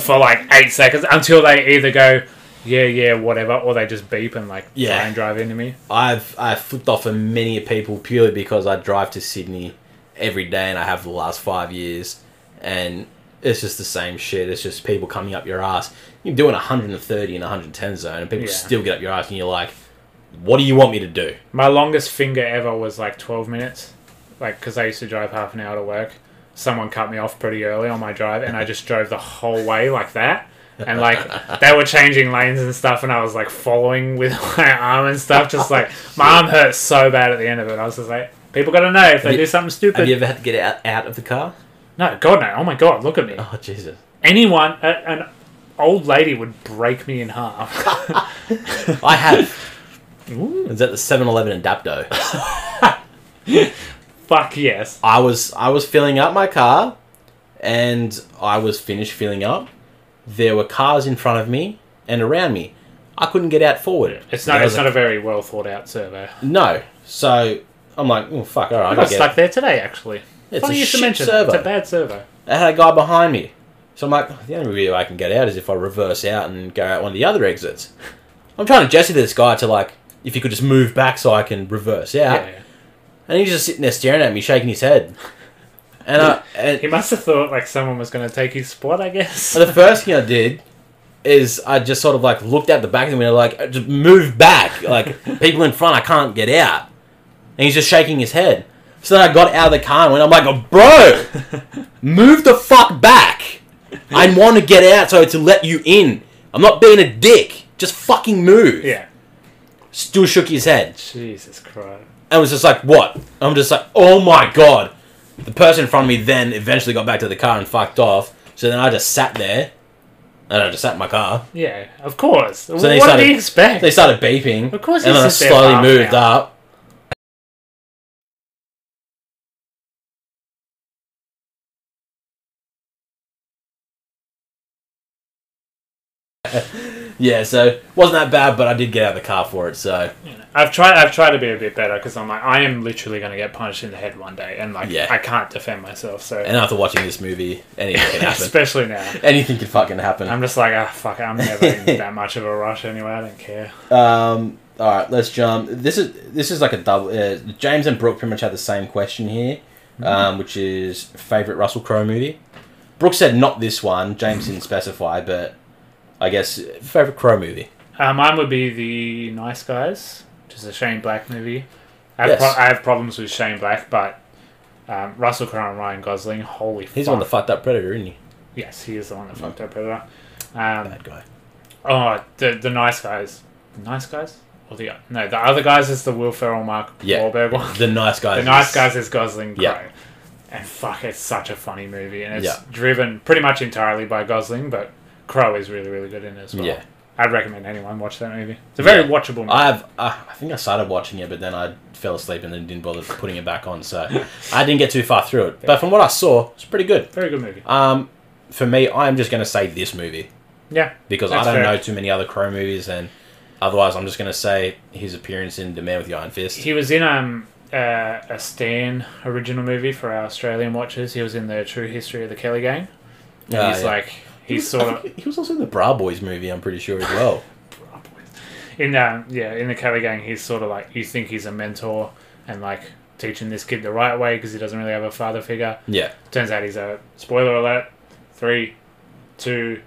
[SPEAKER 2] for like eight seconds until they either go, yeah, yeah, whatever, or they just beep and like
[SPEAKER 1] Yeah.
[SPEAKER 2] try and drive into me.
[SPEAKER 1] I've I've flipped off for many people purely because I drive to Sydney every day and I have for the last five years and it's just the same shit. It's just people coming up your ass. You're doing 130 and 110 zone and people
[SPEAKER 2] Yeah.
[SPEAKER 1] still get up your ass and you're like, what do you want me to do?
[SPEAKER 2] My longest finger ever was like 12 minutes, like because I used to drive half an hour to work. Someone cut me off pretty early on my drive, and I just drove the whole way like that. And like they were changing lanes and stuff, and I was like following with my arm and stuff, just like my arm hurt so bad at the end of it. I was just like, People gotta know if they
[SPEAKER 1] you-
[SPEAKER 2] do something
[SPEAKER 1] Have
[SPEAKER 2] stupid.
[SPEAKER 1] you ever had to get out, out of the car?
[SPEAKER 2] no, God no. Oh my God, look at me.
[SPEAKER 1] Oh Jesus!
[SPEAKER 2] Anyone, a, an old lady would break me in half.
[SPEAKER 1] I have.
[SPEAKER 2] Ooh,
[SPEAKER 1] It's at the 7-Eleven in Dapto.
[SPEAKER 2] fuck yes.
[SPEAKER 1] I was I was filling up my car, and I was finished filling up. There were cars in front of me and around me. I couldn't get out forward.
[SPEAKER 2] It's not.
[SPEAKER 1] There
[SPEAKER 2] It's
[SPEAKER 1] was
[SPEAKER 2] not a very well thought out survey.
[SPEAKER 1] a- no. So I'm like, oh fuck! All right, I
[SPEAKER 2] I
[SPEAKER 1] gotta
[SPEAKER 2] got
[SPEAKER 1] get.
[SPEAKER 2] stuck there today, actually.
[SPEAKER 1] It's
[SPEAKER 2] Funny
[SPEAKER 1] a
[SPEAKER 2] you should
[SPEAKER 1] shit
[SPEAKER 2] mention. that.
[SPEAKER 1] servo.
[SPEAKER 2] It's a bad servo.
[SPEAKER 1] I had a guy behind me. So I'm like, "Oh, the only way I can get out is if I reverse out and go out one of the other exits. I'm trying to jesse this guy to like, if he could just move back so I can reverse out.
[SPEAKER 2] yeah.
[SPEAKER 1] And he's just sitting there staring at me, shaking his head. And I and
[SPEAKER 2] He must have thought like someone was going to take his spot, I guess.
[SPEAKER 1] the first thing I did is I just sort of like looked out the back of the window, like "Uh, just move back, like people in front, I can't get out. And he's just shaking his head. So then I got out of the car and went, I'm like, oh, bro, move the fuck back. I want to get out so to let you in. I'm not being a dick. Just fucking move.
[SPEAKER 2] yeah.
[SPEAKER 1] Still shook his head
[SPEAKER 2] Jesus Christ.
[SPEAKER 1] and was just like, "What?" I'm just like, "Oh my god!" The person in front of me then eventually got back to the car and fucked off. So then I just sat there, and I just sat in my car.
[SPEAKER 2] Yeah, of course. what
[SPEAKER 1] they
[SPEAKER 2] did
[SPEAKER 1] started-
[SPEAKER 2] he expect?
[SPEAKER 1] They started beeping,
[SPEAKER 2] Of course
[SPEAKER 1] and
[SPEAKER 2] you
[SPEAKER 1] then I
[SPEAKER 2] sit there
[SPEAKER 1] slowly
[SPEAKER 2] half
[SPEAKER 1] moved
[SPEAKER 2] an hour.
[SPEAKER 1] up. yeah, so wasn't that bad, but I did get out of the car for it. So
[SPEAKER 2] I've tried. I've tried to be a bit better because I'm like, I am literally going to get punched in the head one day, and like,
[SPEAKER 1] Yeah.
[SPEAKER 2] I can't defend myself. So,
[SPEAKER 1] and after watching this movie, anything can happen.
[SPEAKER 2] especially now,
[SPEAKER 1] anything can fucking happen.
[SPEAKER 2] I'm just like, ah, fuck. it, I'm never in that much of a rush anyway. I don't care.
[SPEAKER 1] Um, all right, let's jump. This is this is like a double. Uh, James and Brooke pretty much had the same question here, um, which is favorite Russell Crowe movie. Brooke said not this one. James didn't specify, but I guess uh, favorite Crowe movie.
[SPEAKER 2] Uh, mine would be the Nice Guys, which is a Shane Black movie. I have,
[SPEAKER 1] Yes.
[SPEAKER 2] pro- I have problems with Shane Black, but um, Russell Crowe and Ryan Gosling, holy
[SPEAKER 1] He's
[SPEAKER 2] fuck.
[SPEAKER 1] on the fucked up predator, isn't he?
[SPEAKER 2] Yes, he is the one that fucked up Predator. Um,
[SPEAKER 1] Bad guy.
[SPEAKER 2] oh, the the nice guys, the nice guys, or the no, the other guys is the Will Ferrell, Mark
[SPEAKER 1] Yeah.
[SPEAKER 2] Wahlberg one.
[SPEAKER 1] The nice guy.
[SPEAKER 2] The nice guys is Gosling, Crowe.
[SPEAKER 1] Yeah.
[SPEAKER 2] And fuck, it's such a funny movie, and it's
[SPEAKER 1] Yeah.
[SPEAKER 2] driven pretty much entirely by Gosling, but Crowe is really, really good in it as well.
[SPEAKER 1] Yeah.
[SPEAKER 2] I'd recommend anyone watch that movie. It's a very
[SPEAKER 1] Yeah.
[SPEAKER 2] watchable movie.
[SPEAKER 1] I've uh, I think I started watching it, but then I fell asleep and then didn't bother putting it back on, so I didn't get too far through it. But from what I saw, it's pretty good.
[SPEAKER 2] very good movie.
[SPEAKER 1] Um, for me, I'm just gonna say this movie.
[SPEAKER 2] Yeah.
[SPEAKER 1] because
[SPEAKER 2] That's
[SPEAKER 1] I don't
[SPEAKER 2] fair.
[SPEAKER 1] know too many other Crow movies, and otherwise, I'm just going to say his appearance in The Man with the Iron Fist.
[SPEAKER 2] He was in um uh, a Stan original movie for our Australian watchers. He was in the True History of the Kelly Gang. And
[SPEAKER 1] Ah,
[SPEAKER 2] he's
[SPEAKER 1] yeah.
[SPEAKER 2] like
[SPEAKER 1] He
[SPEAKER 2] he's
[SPEAKER 1] was-
[SPEAKER 2] sort
[SPEAKER 1] I
[SPEAKER 2] of
[SPEAKER 1] think He was also in the Bra Boys movie, I'm pretty sure as well.
[SPEAKER 2] in um yeah in the Kelly Gang. He's sort of like you think he's a mentor and like teaching this kid the right way because he doesn't really have a father figure.
[SPEAKER 1] yeah,
[SPEAKER 2] Turns out he's a spoiler alert. Three, two,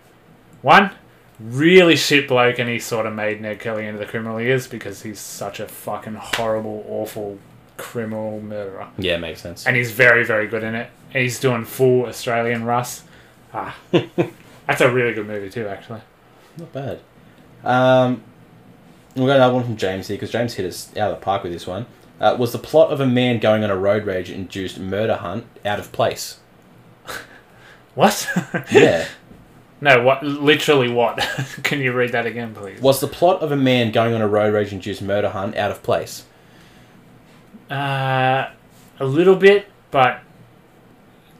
[SPEAKER 2] one. Really shit bloke, and he sort of made Ned Kelly into the criminal he is because he's such a fucking horrible, awful criminal murderer.
[SPEAKER 1] yeah, makes sense.
[SPEAKER 2] and he's very, very good in it. And he's doing full Australian Russ. Ah, that's a really good movie too, actually.
[SPEAKER 1] Not bad. Um, we've got another one from James here because James hit us out of the park with this one. Uh, was the plot of a man going on a road rage induced murder hunt out of place?
[SPEAKER 2] What?
[SPEAKER 1] Yeah.
[SPEAKER 2] no, what? Literally, what? Can you read that again, please?
[SPEAKER 1] was the plot of a man going on a road rage induced murder hunt out of place?
[SPEAKER 2] Uh, a little bit, but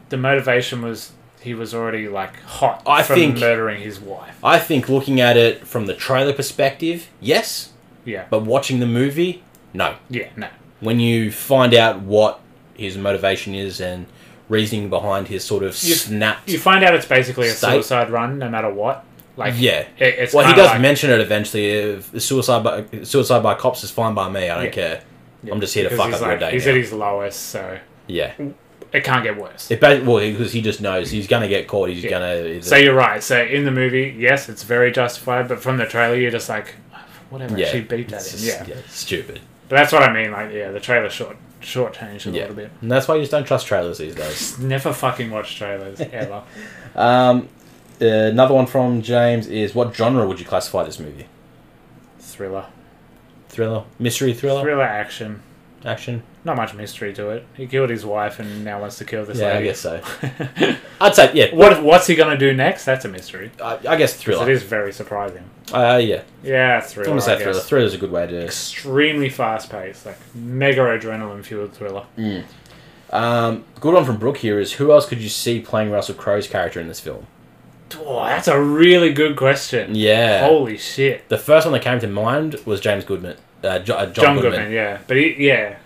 [SPEAKER 2] the motivation was he was already like hot
[SPEAKER 1] I
[SPEAKER 2] from
[SPEAKER 1] think-
[SPEAKER 2] murdering his wife.
[SPEAKER 1] I think looking at it from the trailer perspective, yes,
[SPEAKER 2] Yeah,
[SPEAKER 1] but watching the movie, no.
[SPEAKER 2] yeah, no,
[SPEAKER 1] when you find out what his motivation is and reasoning behind his sort of
[SPEAKER 2] You-
[SPEAKER 1] snapped.
[SPEAKER 2] you find out it's basically a
[SPEAKER 1] State-
[SPEAKER 2] suicide run, no matter what. Like,
[SPEAKER 1] yeah.
[SPEAKER 2] it, it's
[SPEAKER 1] Well, he
[SPEAKER 2] kinda
[SPEAKER 1] does
[SPEAKER 2] like-
[SPEAKER 1] mention it eventually. If suicide by suicide by cops is fine by me. I don't
[SPEAKER 2] Yeah.
[SPEAKER 1] care.
[SPEAKER 2] Yeah,
[SPEAKER 1] I'm just here to
[SPEAKER 2] because
[SPEAKER 1] fuck
[SPEAKER 2] he's
[SPEAKER 1] up your
[SPEAKER 2] like-
[SPEAKER 1] day
[SPEAKER 2] He's
[SPEAKER 1] now.
[SPEAKER 2] at his lowest, so
[SPEAKER 1] Yeah.
[SPEAKER 2] it can't get worse.
[SPEAKER 1] It ba- well because he just knows he's gonna get caught. He's
[SPEAKER 2] Yeah.
[SPEAKER 1] gonna.
[SPEAKER 2] So you're right. So in the movie, yes, it's very justified, but from the trailer, you're just like, whatever.
[SPEAKER 1] yeah.
[SPEAKER 2] She beat that
[SPEAKER 1] It's
[SPEAKER 2] in.
[SPEAKER 1] just-
[SPEAKER 2] Yeah.
[SPEAKER 1] Stupid.
[SPEAKER 2] but that's what I mean. Like, yeah, the trailer short shortchanged a
[SPEAKER 1] Yeah.
[SPEAKER 2] little bit.
[SPEAKER 1] And that's why you just don't trust trailers these days.
[SPEAKER 2] Never fucking watch trailers ever.
[SPEAKER 1] um, uh, another one from James is what genre would you classify this movie?
[SPEAKER 2] thriller,
[SPEAKER 1] Thriller, mystery, thriller.
[SPEAKER 2] thriller action.
[SPEAKER 1] action.
[SPEAKER 2] Not much mystery to it. He killed his wife and now wants to kill this
[SPEAKER 1] yeah, I
[SPEAKER 2] lady.
[SPEAKER 1] guess so. I'd say yeah.
[SPEAKER 2] What what's he gonna do next? That's a mystery.
[SPEAKER 1] I, I guess
[SPEAKER 2] 'Cause It
[SPEAKER 1] thriller.
[SPEAKER 2] is very surprising.
[SPEAKER 1] Uh, yeah,
[SPEAKER 2] Yeah,
[SPEAKER 1] I'm
[SPEAKER 2] thriller.
[SPEAKER 1] gonna
[SPEAKER 2] I
[SPEAKER 1] say
[SPEAKER 2] guess.
[SPEAKER 1] thriller. Thriller's a good way to.
[SPEAKER 2] Extremely fast paced, like mega adrenaline fueled thriller.
[SPEAKER 1] Um, good one from Brooke here is who else could you see playing Russell Crowe's character in this film?
[SPEAKER 2] Oh, that's a really good question.
[SPEAKER 1] Mm. Yeah.
[SPEAKER 2] Holy shit.
[SPEAKER 1] The first one that came to mind was James Goodman. Uh, jo- uh, John,
[SPEAKER 2] John
[SPEAKER 1] Goodman.
[SPEAKER 2] Goodman. yeah. But he, yeah,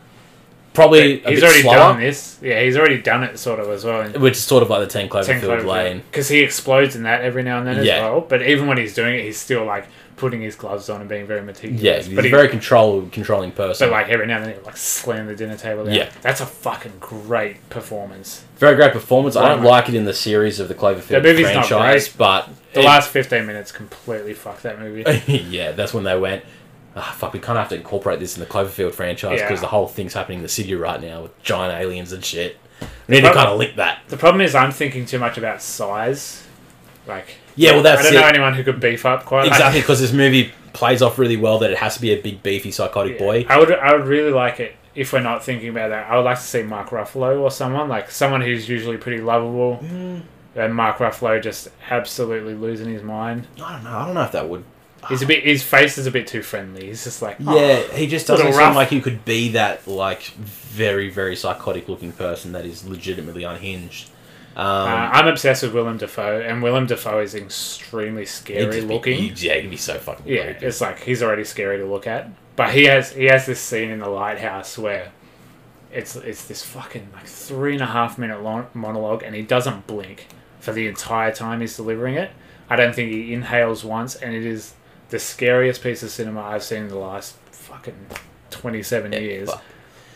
[SPEAKER 1] Probably a
[SPEAKER 2] he's
[SPEAKER 1] bit
[SPEAKER 2] already
[SPEAKER 1] slower,
[SPEAKER 2] done this. Yeah, he's already done it sort of as well. In
[SPEAKER 1] which is sort of like the Ten Cloverfield,
[SPEAKER 2] Ten Cloverfield.
[SPEAKER 1] Lane.
[SPEAKER 2] Because he explodes in that every now and then
[SPEAKER 1] Yeah.
[SPEAKER 2] as well. But even when he's doing it, he's still like putting his gloves on and being very meticulous.
[SPEAKER 1] Yeah, he's
[SPEAKER 2] but
[SPEAKER 1] a
[SPEAKER 2] he-
[SPEAKER 1] very control controlling person.
[SPEAKER 2] So like every now and then, he like slam the dinner table. Down.
[SPEAKER 1] Yeah.
[SPEAKER 2] that's a fucking great performance.
[SPEAKER 1] very great performance. I don't
[SPEAKER 2] Wow.
[SPEAKER 1] like it in the series of the Cloverfield
[SPEAKER 2] The movie's not
[SPEAKER 1] franchise, but
[SPEAKER 2] The
[SPEAKER 1] it- Eh.
[SPEAKER 2] last fifteen minutes completely fucked that movie.
[SPEAKER 1] yeah, that's when they went. Ah, fuck, we kind of have to incorporate this in the Cloverfield franchise because
[SPEAKER 2] Yeah.
[SPEAKER 1] the whole thing's happening in the city right now with giant aliens and shit. We need to
[SPEAKER 2] But-
[SPEAKER 1] kind of link that.
[SPEAKER 2] The problem is I'm thinking too much about size. Like
[SPEAKER 1] Yeah, well, that's
[SPEAKER 2] I don't
[SPEAKER 1] it.
[SPEAKER 2] know anyone who could beef up quite
[SPEAKER 1] Exactly, because this movie plays off really well that it has to be a big, beefy, psychotic
[SPEAKER 2] Yeah.
[SPEAKER 1] boy.
[SPEAKER 2] I would I would really like it if we're not thinking about that. I would like to see Mark Ruffalo or someone like someone who's usually pretty lovable.
[SPEAKER 1] Mm.
[SPEAKER 2] And Mark Ruffalo just absolutely losing his mind.
[SPEAKER 1] I don't know. I don't know if that would.
[SPEAKER 2] He's a bit. His face is a bit too friendly. He's just like "Oh,
[SPEAKER 1] Ah. Yeah, he just
[SPEAKER 2] Little
[SPEAKER 1] doesn't seem
[SPEAKER 2] rough.
[SPEAKER 1] like he could be that like very, very psychotic looking person that is legitimately unhinged. Um,
[SPEAKER 2] Uh, I'm obsessed with Willem Dafoe, and Willem Dafoe is extremely
[SPEAKER 1] he'd
[SPEAKER 2] scary
[SPEAKER 1] just be-
[SPEAKER 2] looking.
[SPEAKER 1] he'd- yeah, he'd be so fucking.
[SPEAKER 2] yeah,
[SPEAKER 1] creepy.
[SPEAKER 2] it's like he's already scary to look at. But he has he has this scene in the lighthouse where it's it's this fucking like three and a half minute long monologue, and he doesn't blink for the entire time he's delivering it. I don't think he inhales once, and it is the scariest piece of cinema I've seen in the last fucking twenty seven years.
[SPEAKER 1] fuck.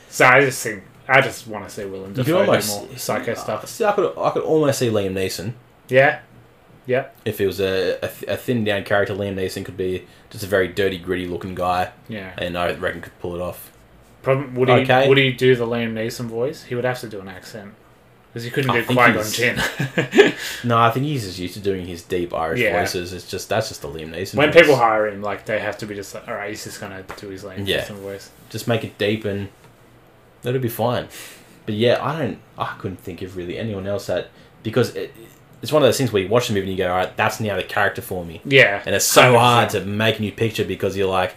[SPEAKER 2] So I just think I just want to see Willem
[SPEAKER 1] You could
[SPEAKER 2] Dafoe do
[SPEAKER 1] almost-
[SPEAKER 2] more psycho stuff.
[SPEAKER 1] See, I could, I could almost see Liam Neeson.
[SPEAKER 2] Yeah, yeah,
[SPEAKER 1] if it was a, a, th- a thin down character, Liam Neeson could be just a very dirty, gritty looking guy,
[SPEAKER 2] yeah.
[SPEAKER 1] and I reckon could pull it off.
[SPEAKER 2] Problem would he
[SPEAKER 1] Okay.
[SPEAKER 2] would he do the Liam Neeson voice? He would have to do an accent because he couldn't
[SPEAKER 1] I
[SPEAKER 2] do
[SPEAKER 1] think
[SPEAKER 2] Qui Gon
[SPEAKER 1] he's-
[SPEAKER 2] Jinn.
[SPEAKER 1] No, I think he's just used to doing his deep Irish
[SPEAKER 2] Yeah.
[SPEAKER 1] voices. It's just that's just the Liam Neeson.
[SPEAKER 2] when
[SPEAKER 1] voice.
[SPEAKER 2] people hire him, like they have to be just like, all right, he's just gonna do his Liam
[SPEAKER 1] Yeah.
[SPEAKER 2] Neeson voice.
[SPEAKER 1] just make it deep and that'll be fine. But yeah, I don't. I couldn't think of really anyone else that because it, it's one of those things where you watch the movie and you go, all right, that's now the character for me.
[SPEAKER 2] Yeah,
[SPEAKER 1] And it's so hard to make a new picture because you're like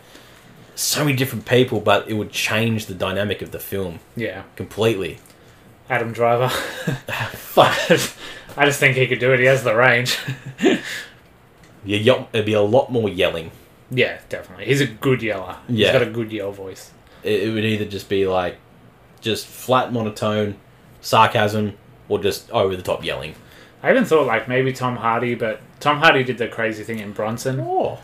[SPEAKER 1] so many different people, but it would change the dynamic of the film
[SPEAKER 2] yeah.
[SPEAKER 1] completely.
[SPEAKER 2] Adam Driver,
[SPEAKER 1] Fuck.
[SPEAKER 2] I just think he could do it. He has the range.
[SPEAKER 1] Yeah, yell- it'd be a lot more yelling.
[SPEAKER 2] yeah, definitely. He's a good yeller.
[SPEAKER 1] Yeah.
[SPEAKER 2] he's got a good yell voice.
[SPEAKER 1] It, it would either just be like just flat monotone sarcasm or just over the top yelling.
[SPEAKER 2] I even thought like maybe Tom Hardy, but Tom Hardy did the crazy thing in Bronson.
[SPEAKER 1] Oh,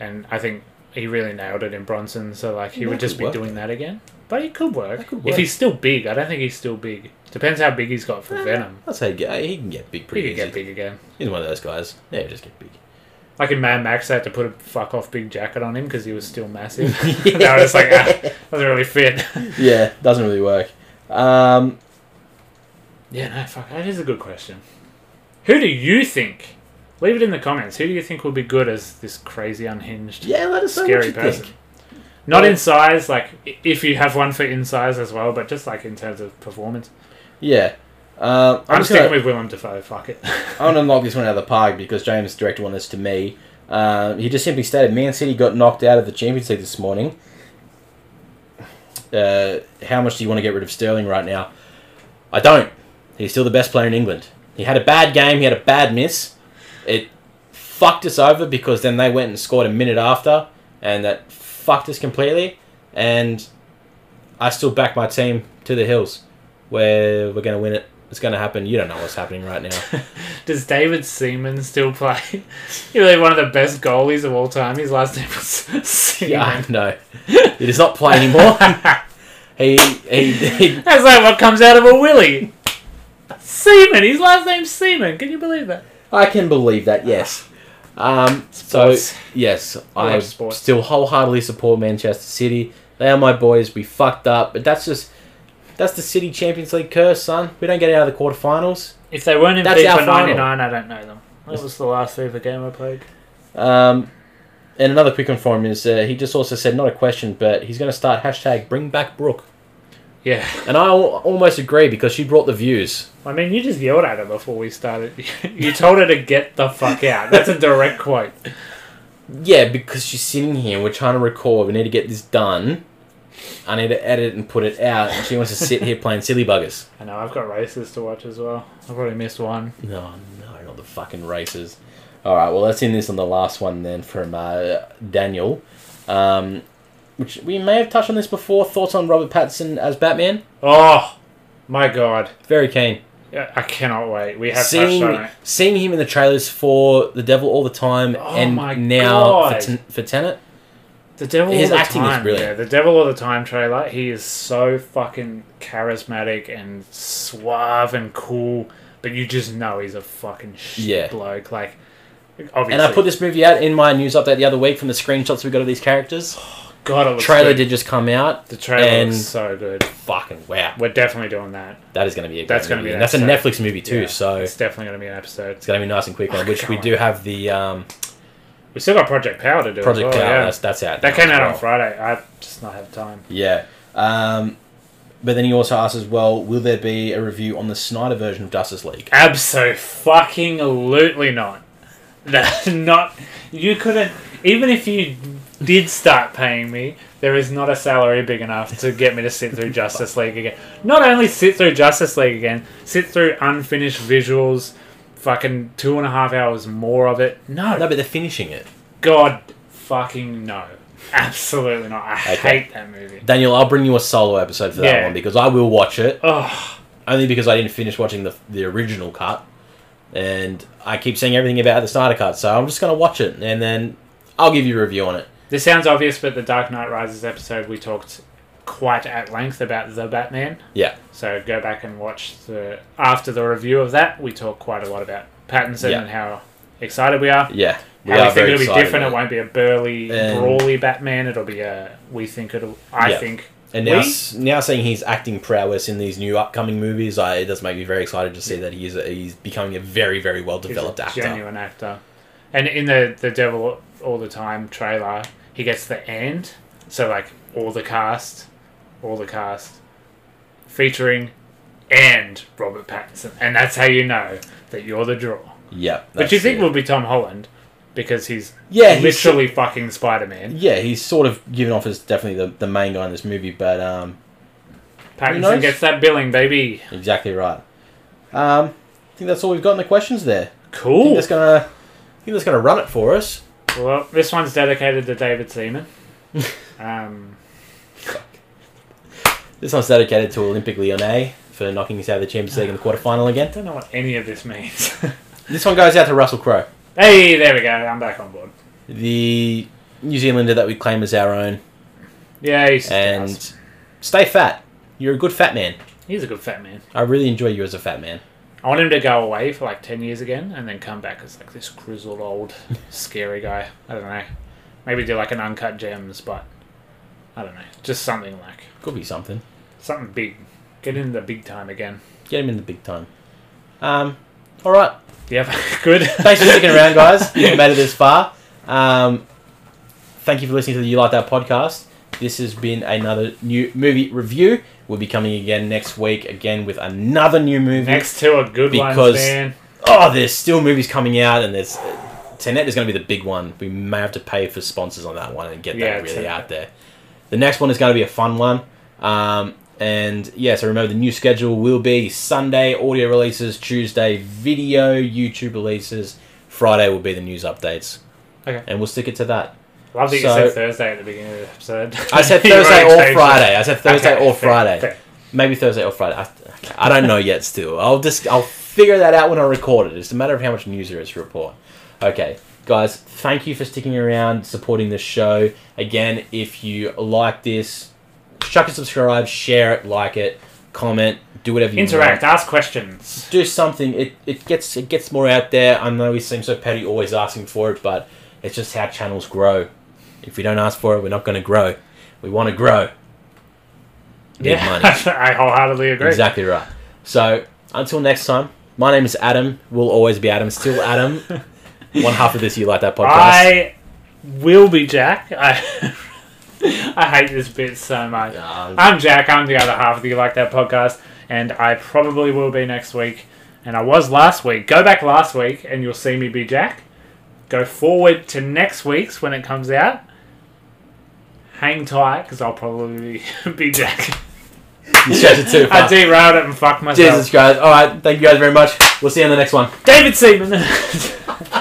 [SPEAKER 2] and I think he really nailed it in Bronson. So like he
[SPEAKER 1] That
[SPEAKER 2] would just
[SPEAKER 1] could
[SPEAKER 2] be
[SPEAKER 1] work,
[SPEAKER 2] doing that again, but he could work.
[SPEAKER 1] That could
[SPEAKER 2] if
[SPEAKER 1] work.
[SPEAKER 2] he's still big. I don't think he's still big. Depends how big he's got for Venom.
[SPEAKER 1] I'd say he get- he can get big
[SPEAKER 2] He
[SPEAKER 1] pretty
[SPEAKER 2] could get
[SPEAKER 1] easy.
[SPEAKER 2] big again.
[SPEAKER 1] He's one of those guys. Yeah, just get big.
[SPEAKER 2] Like in Mad Max, they had to put a fuck off big jacket on him because he was still massive. they were just like, ah, doesn't really fit.
[SPEAKER 1] yeah, doesn't really work. Um,
[SPEAKER 2] yeah, no, fuck. That is a good question. Who do you think? Leave it in the comments. Who do you think will be good as this crazy unhinged?
[SPEAKER 1] yeah, let us know what
[SPEAKER 2] scary
[SPEAKER 1] you
[SPEAKER 2] person.
[SPEAKER 1] think.
[SPEAKER 2] Not
[SPEAKER 1] Well-
[SPEAKER 2] in size, like i- if you have one for in size as well, but just like in terms of performance.
[SPEAKER 1] Yeah. Um,
[SPEAKER 2] I'm,
[SPEAKER 1] I'm, just
[SPEAKER 2] sticking
[SPEAKER 1] gonna, Oh.
[SPEAKER 2] with Willem Dafoe. Fuck it.
[SPEAKER 1] I'm gonna knock this one out of the park because James directed one this to me. Um, he just simply stated, "Man City got knocked out of the Champions League this morning. Uh, how much do you want to get rid of Sterling right now? I don't. He's still the best player in England. He had a bad game. He had a bad miss. It fucked us over because then they went and scored a minute after, and that fucked us completely. And I still back my team to the hills, where we're gonna win it. It's gonna happen. You don't know what's happening right now."
[SPEAKER 2] Does David Seaman still play? He's really one of the best goalies of all time. His last name was Seaman.
[SPEAKER 1] Yeah, I know. He does not play anymore. he, he, he,
[SPEAKER 2] That's like what comes out of a willy. Seaman. His last name's Seaman. Can you believe that?
[SPEAKER 1] I can believe that. Yes. Um, so
[SPEAKER 2] Sports.
[SPEAKER 1] yes,
[SPEAKER 2] I
[SPEAKER 1] I,
[SPEAKER 2] love sports.
[SPEAKER 1] still wholeheartedly support Manchester City. They are my boys. We fucked up, but that's just that's the City Champions League curse, son. We don't get out of the quarterfinals.
[SPEAKER 2] If they weren't in
[SPEAKER 1] That's our
[SPEAKER 2] FIFA
[SPEAKER 1] final.
[SPEAKER 2] 99, I don't know them. That was the last FIFA game I played.
[SPEAKER 1] Um, And another quick one from him is uh, he just also said, not a question, but he's going to start hashtag bring back Brooke.
[SPEAKER 2] Yeah.
[SPEAKER 1] And I al- almost agree because she brought the views.
[SPEAKER 2] I mean, you just yelled at her before we started. you told her to get the fuck out. That's a direct quote.
[SPEAKER 1] Yeah, because she's sitting here. We're trying to record. We need to get this done. I need to edit and put it out. And she wants to sit here playing silly buggers.
[SPEAKER 2] I know, I've got races to watch as well. I've already missed one.
[SPEAKER 1] No, no, not the fucking races. All right, well, let's end this on the last one then from uh, Daniel, um, which we may have touched on this before. Thoughts on Robert Pattinson as Batman?
[SPEAKER 2] Oh, my God.
[SPEAKER 1] Very keen.
[SPEAKER 2] Yeah, I cannot wait. We have touched on
[SPEAKER 1] Seeing
[SPEAKER 2] it.
[SPEAKER 1] seeing him in the trailers for The Devil All the Time
[SPEAKER 2] Oh
[SPEAKER 1] and
[SPEAKER 2] my
[SPEAKER 1] now for,
[SPEAKER 2] God.
[SPEAKER 1] ten- for Tenet.
[SPEAKER 2] The Devil
[SPEAKER 1] His
[SPEAKER 2] All the
[SPEAKER 1] acting is
[SPEAKER 2] Time.
[SPEAKER 1] brilliant.
[SPEAKER 2] Yeah, the Devil All the Time trailer. He is so fucking charismatic and suave and cool, but you just know he's a fucking shit
[SPEAKER 1] Yeah.
[SPEAKER 2] bloke. Like, obviously.
[SPEAKER 1] And I put this movie out in my news update the other week from the screenshots we got of these characters.
[SPEAKER 2] God, it looks
[SPEAKER 1] trailer
[SPEAKER 2] good.
[SPEAKER 1] did just come out.
[SPEAKER 2] The trailer
[SPEAKER 1] and-
[SPEAKER 2] looks so good.
[SPEAKER 1] Fucking wow.
[SPEAKER 2] We're definitely doing that.
[SPEAKER 1] That is going to be a
[SPEAKER 2] That's
[SPEAKER 1] going
[SPEAKER 2] gonna
[SPEAKER 1] to
[SPEAKER 2] be an
[SPEAKER 1] That's a
[SPEAKER 2] episode.
[SPEAKER 1] Netflix movie too,
[SPEAKER 2] Yeah,
[SPEAKER 1] so
[SPEAKER 2] it's definitely going to be an episode.
[SPEAKER 1] it's going to be nice and quick one, which we
[SPEAKER 2] God.
[SPEAKER 1] do have the. Um,
[SPEAKER 2] We still got Project Power to do. as
[SPEAKER 1] Project
[SPEAKER 2] well,
[SPEAKER 1] Power.
[SPEAKER 2] Oh, yeah.
[SPEAKER 1] That's, that's out.
[SPEAKER 2] That
[SPEAKER 1] now
[SPEAKER 2] came
[SPEAKER 1] as
[SPEAKER 2] out
[SPEAKER 1] well.
[SPEAKER 2] on Friday. I just not have time.
[SPEAKER 1] Yeah. Um, but then he also asks as well, will there be a review on the Snyder version of Justice League?
[SPEAKER 2] Absolutely not. That's not. You couldn't. Even if you did start paying me, there is not a salary big enough to get me to sit through Justice League again. Not only sit through Justice League again, sit through unfinished visuals, fucking two and a half hours more of it. No.
[SPEAKER 1] No, but they're finishing it.
[SPEAKER 2] God fucking no. Absolutely not. I
[SPEAKER 1] Okay.
[SPEAKER 2] hate that movie.
[SPEAKER 1] Daniel, I'll bring you a solo episode for that
[SPEAKER 2] Yeah.
[SPEAKER 1] one because I will watch it
[SPEAKER 2] Oh,
[SPEAKER 1] only because I didn't finish watching the the original cut, and I keep seeing everything about the Snyder cut, so I'm just gonna watch it and then I'll give you a review on it.
[SPEAKER 2] this sounds obvious, but the Dark Knight Rises episode we talked quite at length about the Batman.
[SPEAKER 1] Yeah,
[SPEAKER 2] So go back and watch the after the review of that. We talk quite a lot about Pattinson
[SPEAKER 1] Yeah.
[SPEAKER 2] and how excited we are.
[SPEAKER 1] yeah.
[SPEAKER 2] how we
[SPEAKER 1] are
[SPEAKER 2] think
[SPEAKER 1] very
[SPEAKER 2] it'll be
[SPEAKER 1] excited
[SPEAKER 2] different. It
[SPEAKER 1] about
[SPEAKER 2] won't be a burly,
[SPEAKER 1] And-
[SPEAKER 2] brawly Batman. It'll be a we think it'll. I
[SPEAKER 1] Yeah.
[SPEAKER 2] think
[SPEAKER 1] it. And now,
[SPEAKER 2] we-
[SPEAKER 1] s- now seeing his acting prowess in these new upcoming movies, I, it does make me very excited to see that he is a, he's becoming a very very well
[SPEAKER 2] he's a
[SPEAKER 1] developed actor.
[SPEAKER 2] genuine actor. And in the the Devil All the Time trailer, he gets the and so like all the cast, all the cast, featuring and Robert Pattinson, and that's how you know that you're the draw.
[SPEAKER 1] Yeah,
[SPEAKER 2] But
[SPEAKER 1] that's
[SPEAKER 2] you think
[SPEAKER 1] it.
[SPEAKER 2] will be Tom Holland because he's
[SPEAKER 1] Yeah, he's-
[SPEAKER 2] literally fucking Spider Man.
[SPEAKER 1] Yeah, he's sort of given off as definitely the, the main guy in this movie, but um, knows?
[SPEAKER 2] Pattinson gets that billing, baby.
[SPEAKER 1] exactly right. Um, I think that's all we've got in the questions there. I think
[SPEAKER 2] Cool.
[SPEAKER 1] that's gonna, I think that's gonna run it for us.
[SPEAKER 2] Well, this one's dedicated to David Seaman. um,
[SPEAKER 1] This one's dedicated to Olympic Lyonnais for knocking us out of the Champions League in the quarterfinal
[SPEAKER 2] I
[SPEAKER 1] again.
[SPEAKER 2] don't know what any of this means.
[SPEAKER 1] This one goes out to Russell Crowe,
[SPEAKER 2] hey, there we go. I'm back on board.
[SPEAKER 1] the New Zealander that we claim as our own,
[SPEAKER 2] Yeah, he's, and...
[SPEAKER 1] and stay fat. You're a good fat man.
[SPEAKER 2] he's a good fat man.
[SPEAKER 1] I really enjoy you as a fat man.
[SPEAKER 2] I want him to go away for like 10 years again and then come back as like this grizzled old scary guy. I don't know. Maybe do like an uncut gems, but I don't know. Just something like
[SPEAKER 1] Could be something.
[SPEAKER 2] something big. Get in the big time again.
[SPEAKER 1] Get him in the big time. Um, all right.
[SPEAKER 2] Yep, good.
[SPEAKER 1] Thanks for sticking around, guys. You've made it this far. Um, thank you for listening to the You Like That podcast. This has been another new movie review. We'll be coming again next week, again with another new movie.
[SPEAKER 2] Next two are good
[SPEAKER 1] Because-
[SPEAKER 2] ones, man.
[SPEAKER 1] Oh, there's still movies coming out, and there's Tenet is going to be the big one. We may have to pay for sponsors on that one and get
[SPEAKER 2] Yeah,
[SPEAKER 1] that really
[SPEAKER 2] Tenet.
[SPEAKER 1] out there. The next one is going to be a fun one. Um, and yeah, so remember the new schedule will be Sunday audio releases, Tuesday video YouTube releases, Friday will be the news updates.
[SPEAKER 2] Okay.
[SPEAKER 1] And we'll stick it to that.
[SPEAKER 2] Love that you
[SPEAKER 1] so-
[SPEAKER 2] said Thursday at the beginning of the episode.
[SPEAKER 1] I said
[SPEAKER 2] You
[SPEAKER 1] Thursday
[SPEAKER 2] already
[SPEAKER 1] or
[SPEAKER 2] changed
[SPEAKER 1] Friday. I said
[SPEAKER 2] it. Okay,
[SPEAKER 1] Thursday or
[SPEAKER 2] fair,
[SPEAKER 1] Friday.
[SPEAKER 2] fair.
[SPEAKER 1] Maybe Thursday or Friday. I, I don't know yet. Still, I'll just I'll figure that out when I record it. It's a matter of how much news there is to report. Okay, guys, thank you for sticking around, supporting the show. Again, if you like this, chuck a subscribe, share it, like it, comment, do whatever you
[SPEAKER 2] Interact,
[SPEAKER 1] want.
[SPEAKER 2] ask questions.
[SPEAKER 1] Do something. It, it gets it gets more out there. I know we seem so petty, always asking for it, but it's just how channels grow. If we don't ask for it, we're not going to grow. We want to grow. Need money.
[SPEAKER 2] I wholeheartedly agree.
[SPEAKER 1] Exactly right. So until next time, my name is Adam. Will always be Adam. Still Adam. One half of this you like that podcast.
[SPEAKER 2] I will be Jack. I I hate this bit so much.
[SPEAKER 1] Nah,
[SPEAKER 2] I'm Jack. I'm the other half of the You Like That podcast, and I probably will be next week. And I was last week. Go back last week, and you'll see me be Jack. Go forward to next week's when it comes out. Hang tight, because I'll probably be Jack.
[SPEAKER 1] you stretched it too
[SPEAKER 2] I
[SPEAKER 1] far.
[SPEAKER 2] derailed it and fucked myself.
[SPEAKER 1] Jesus Christ. All right. Thank you guys very much. We'll see you on the next one.
[SPEAKER 2] David Seaman.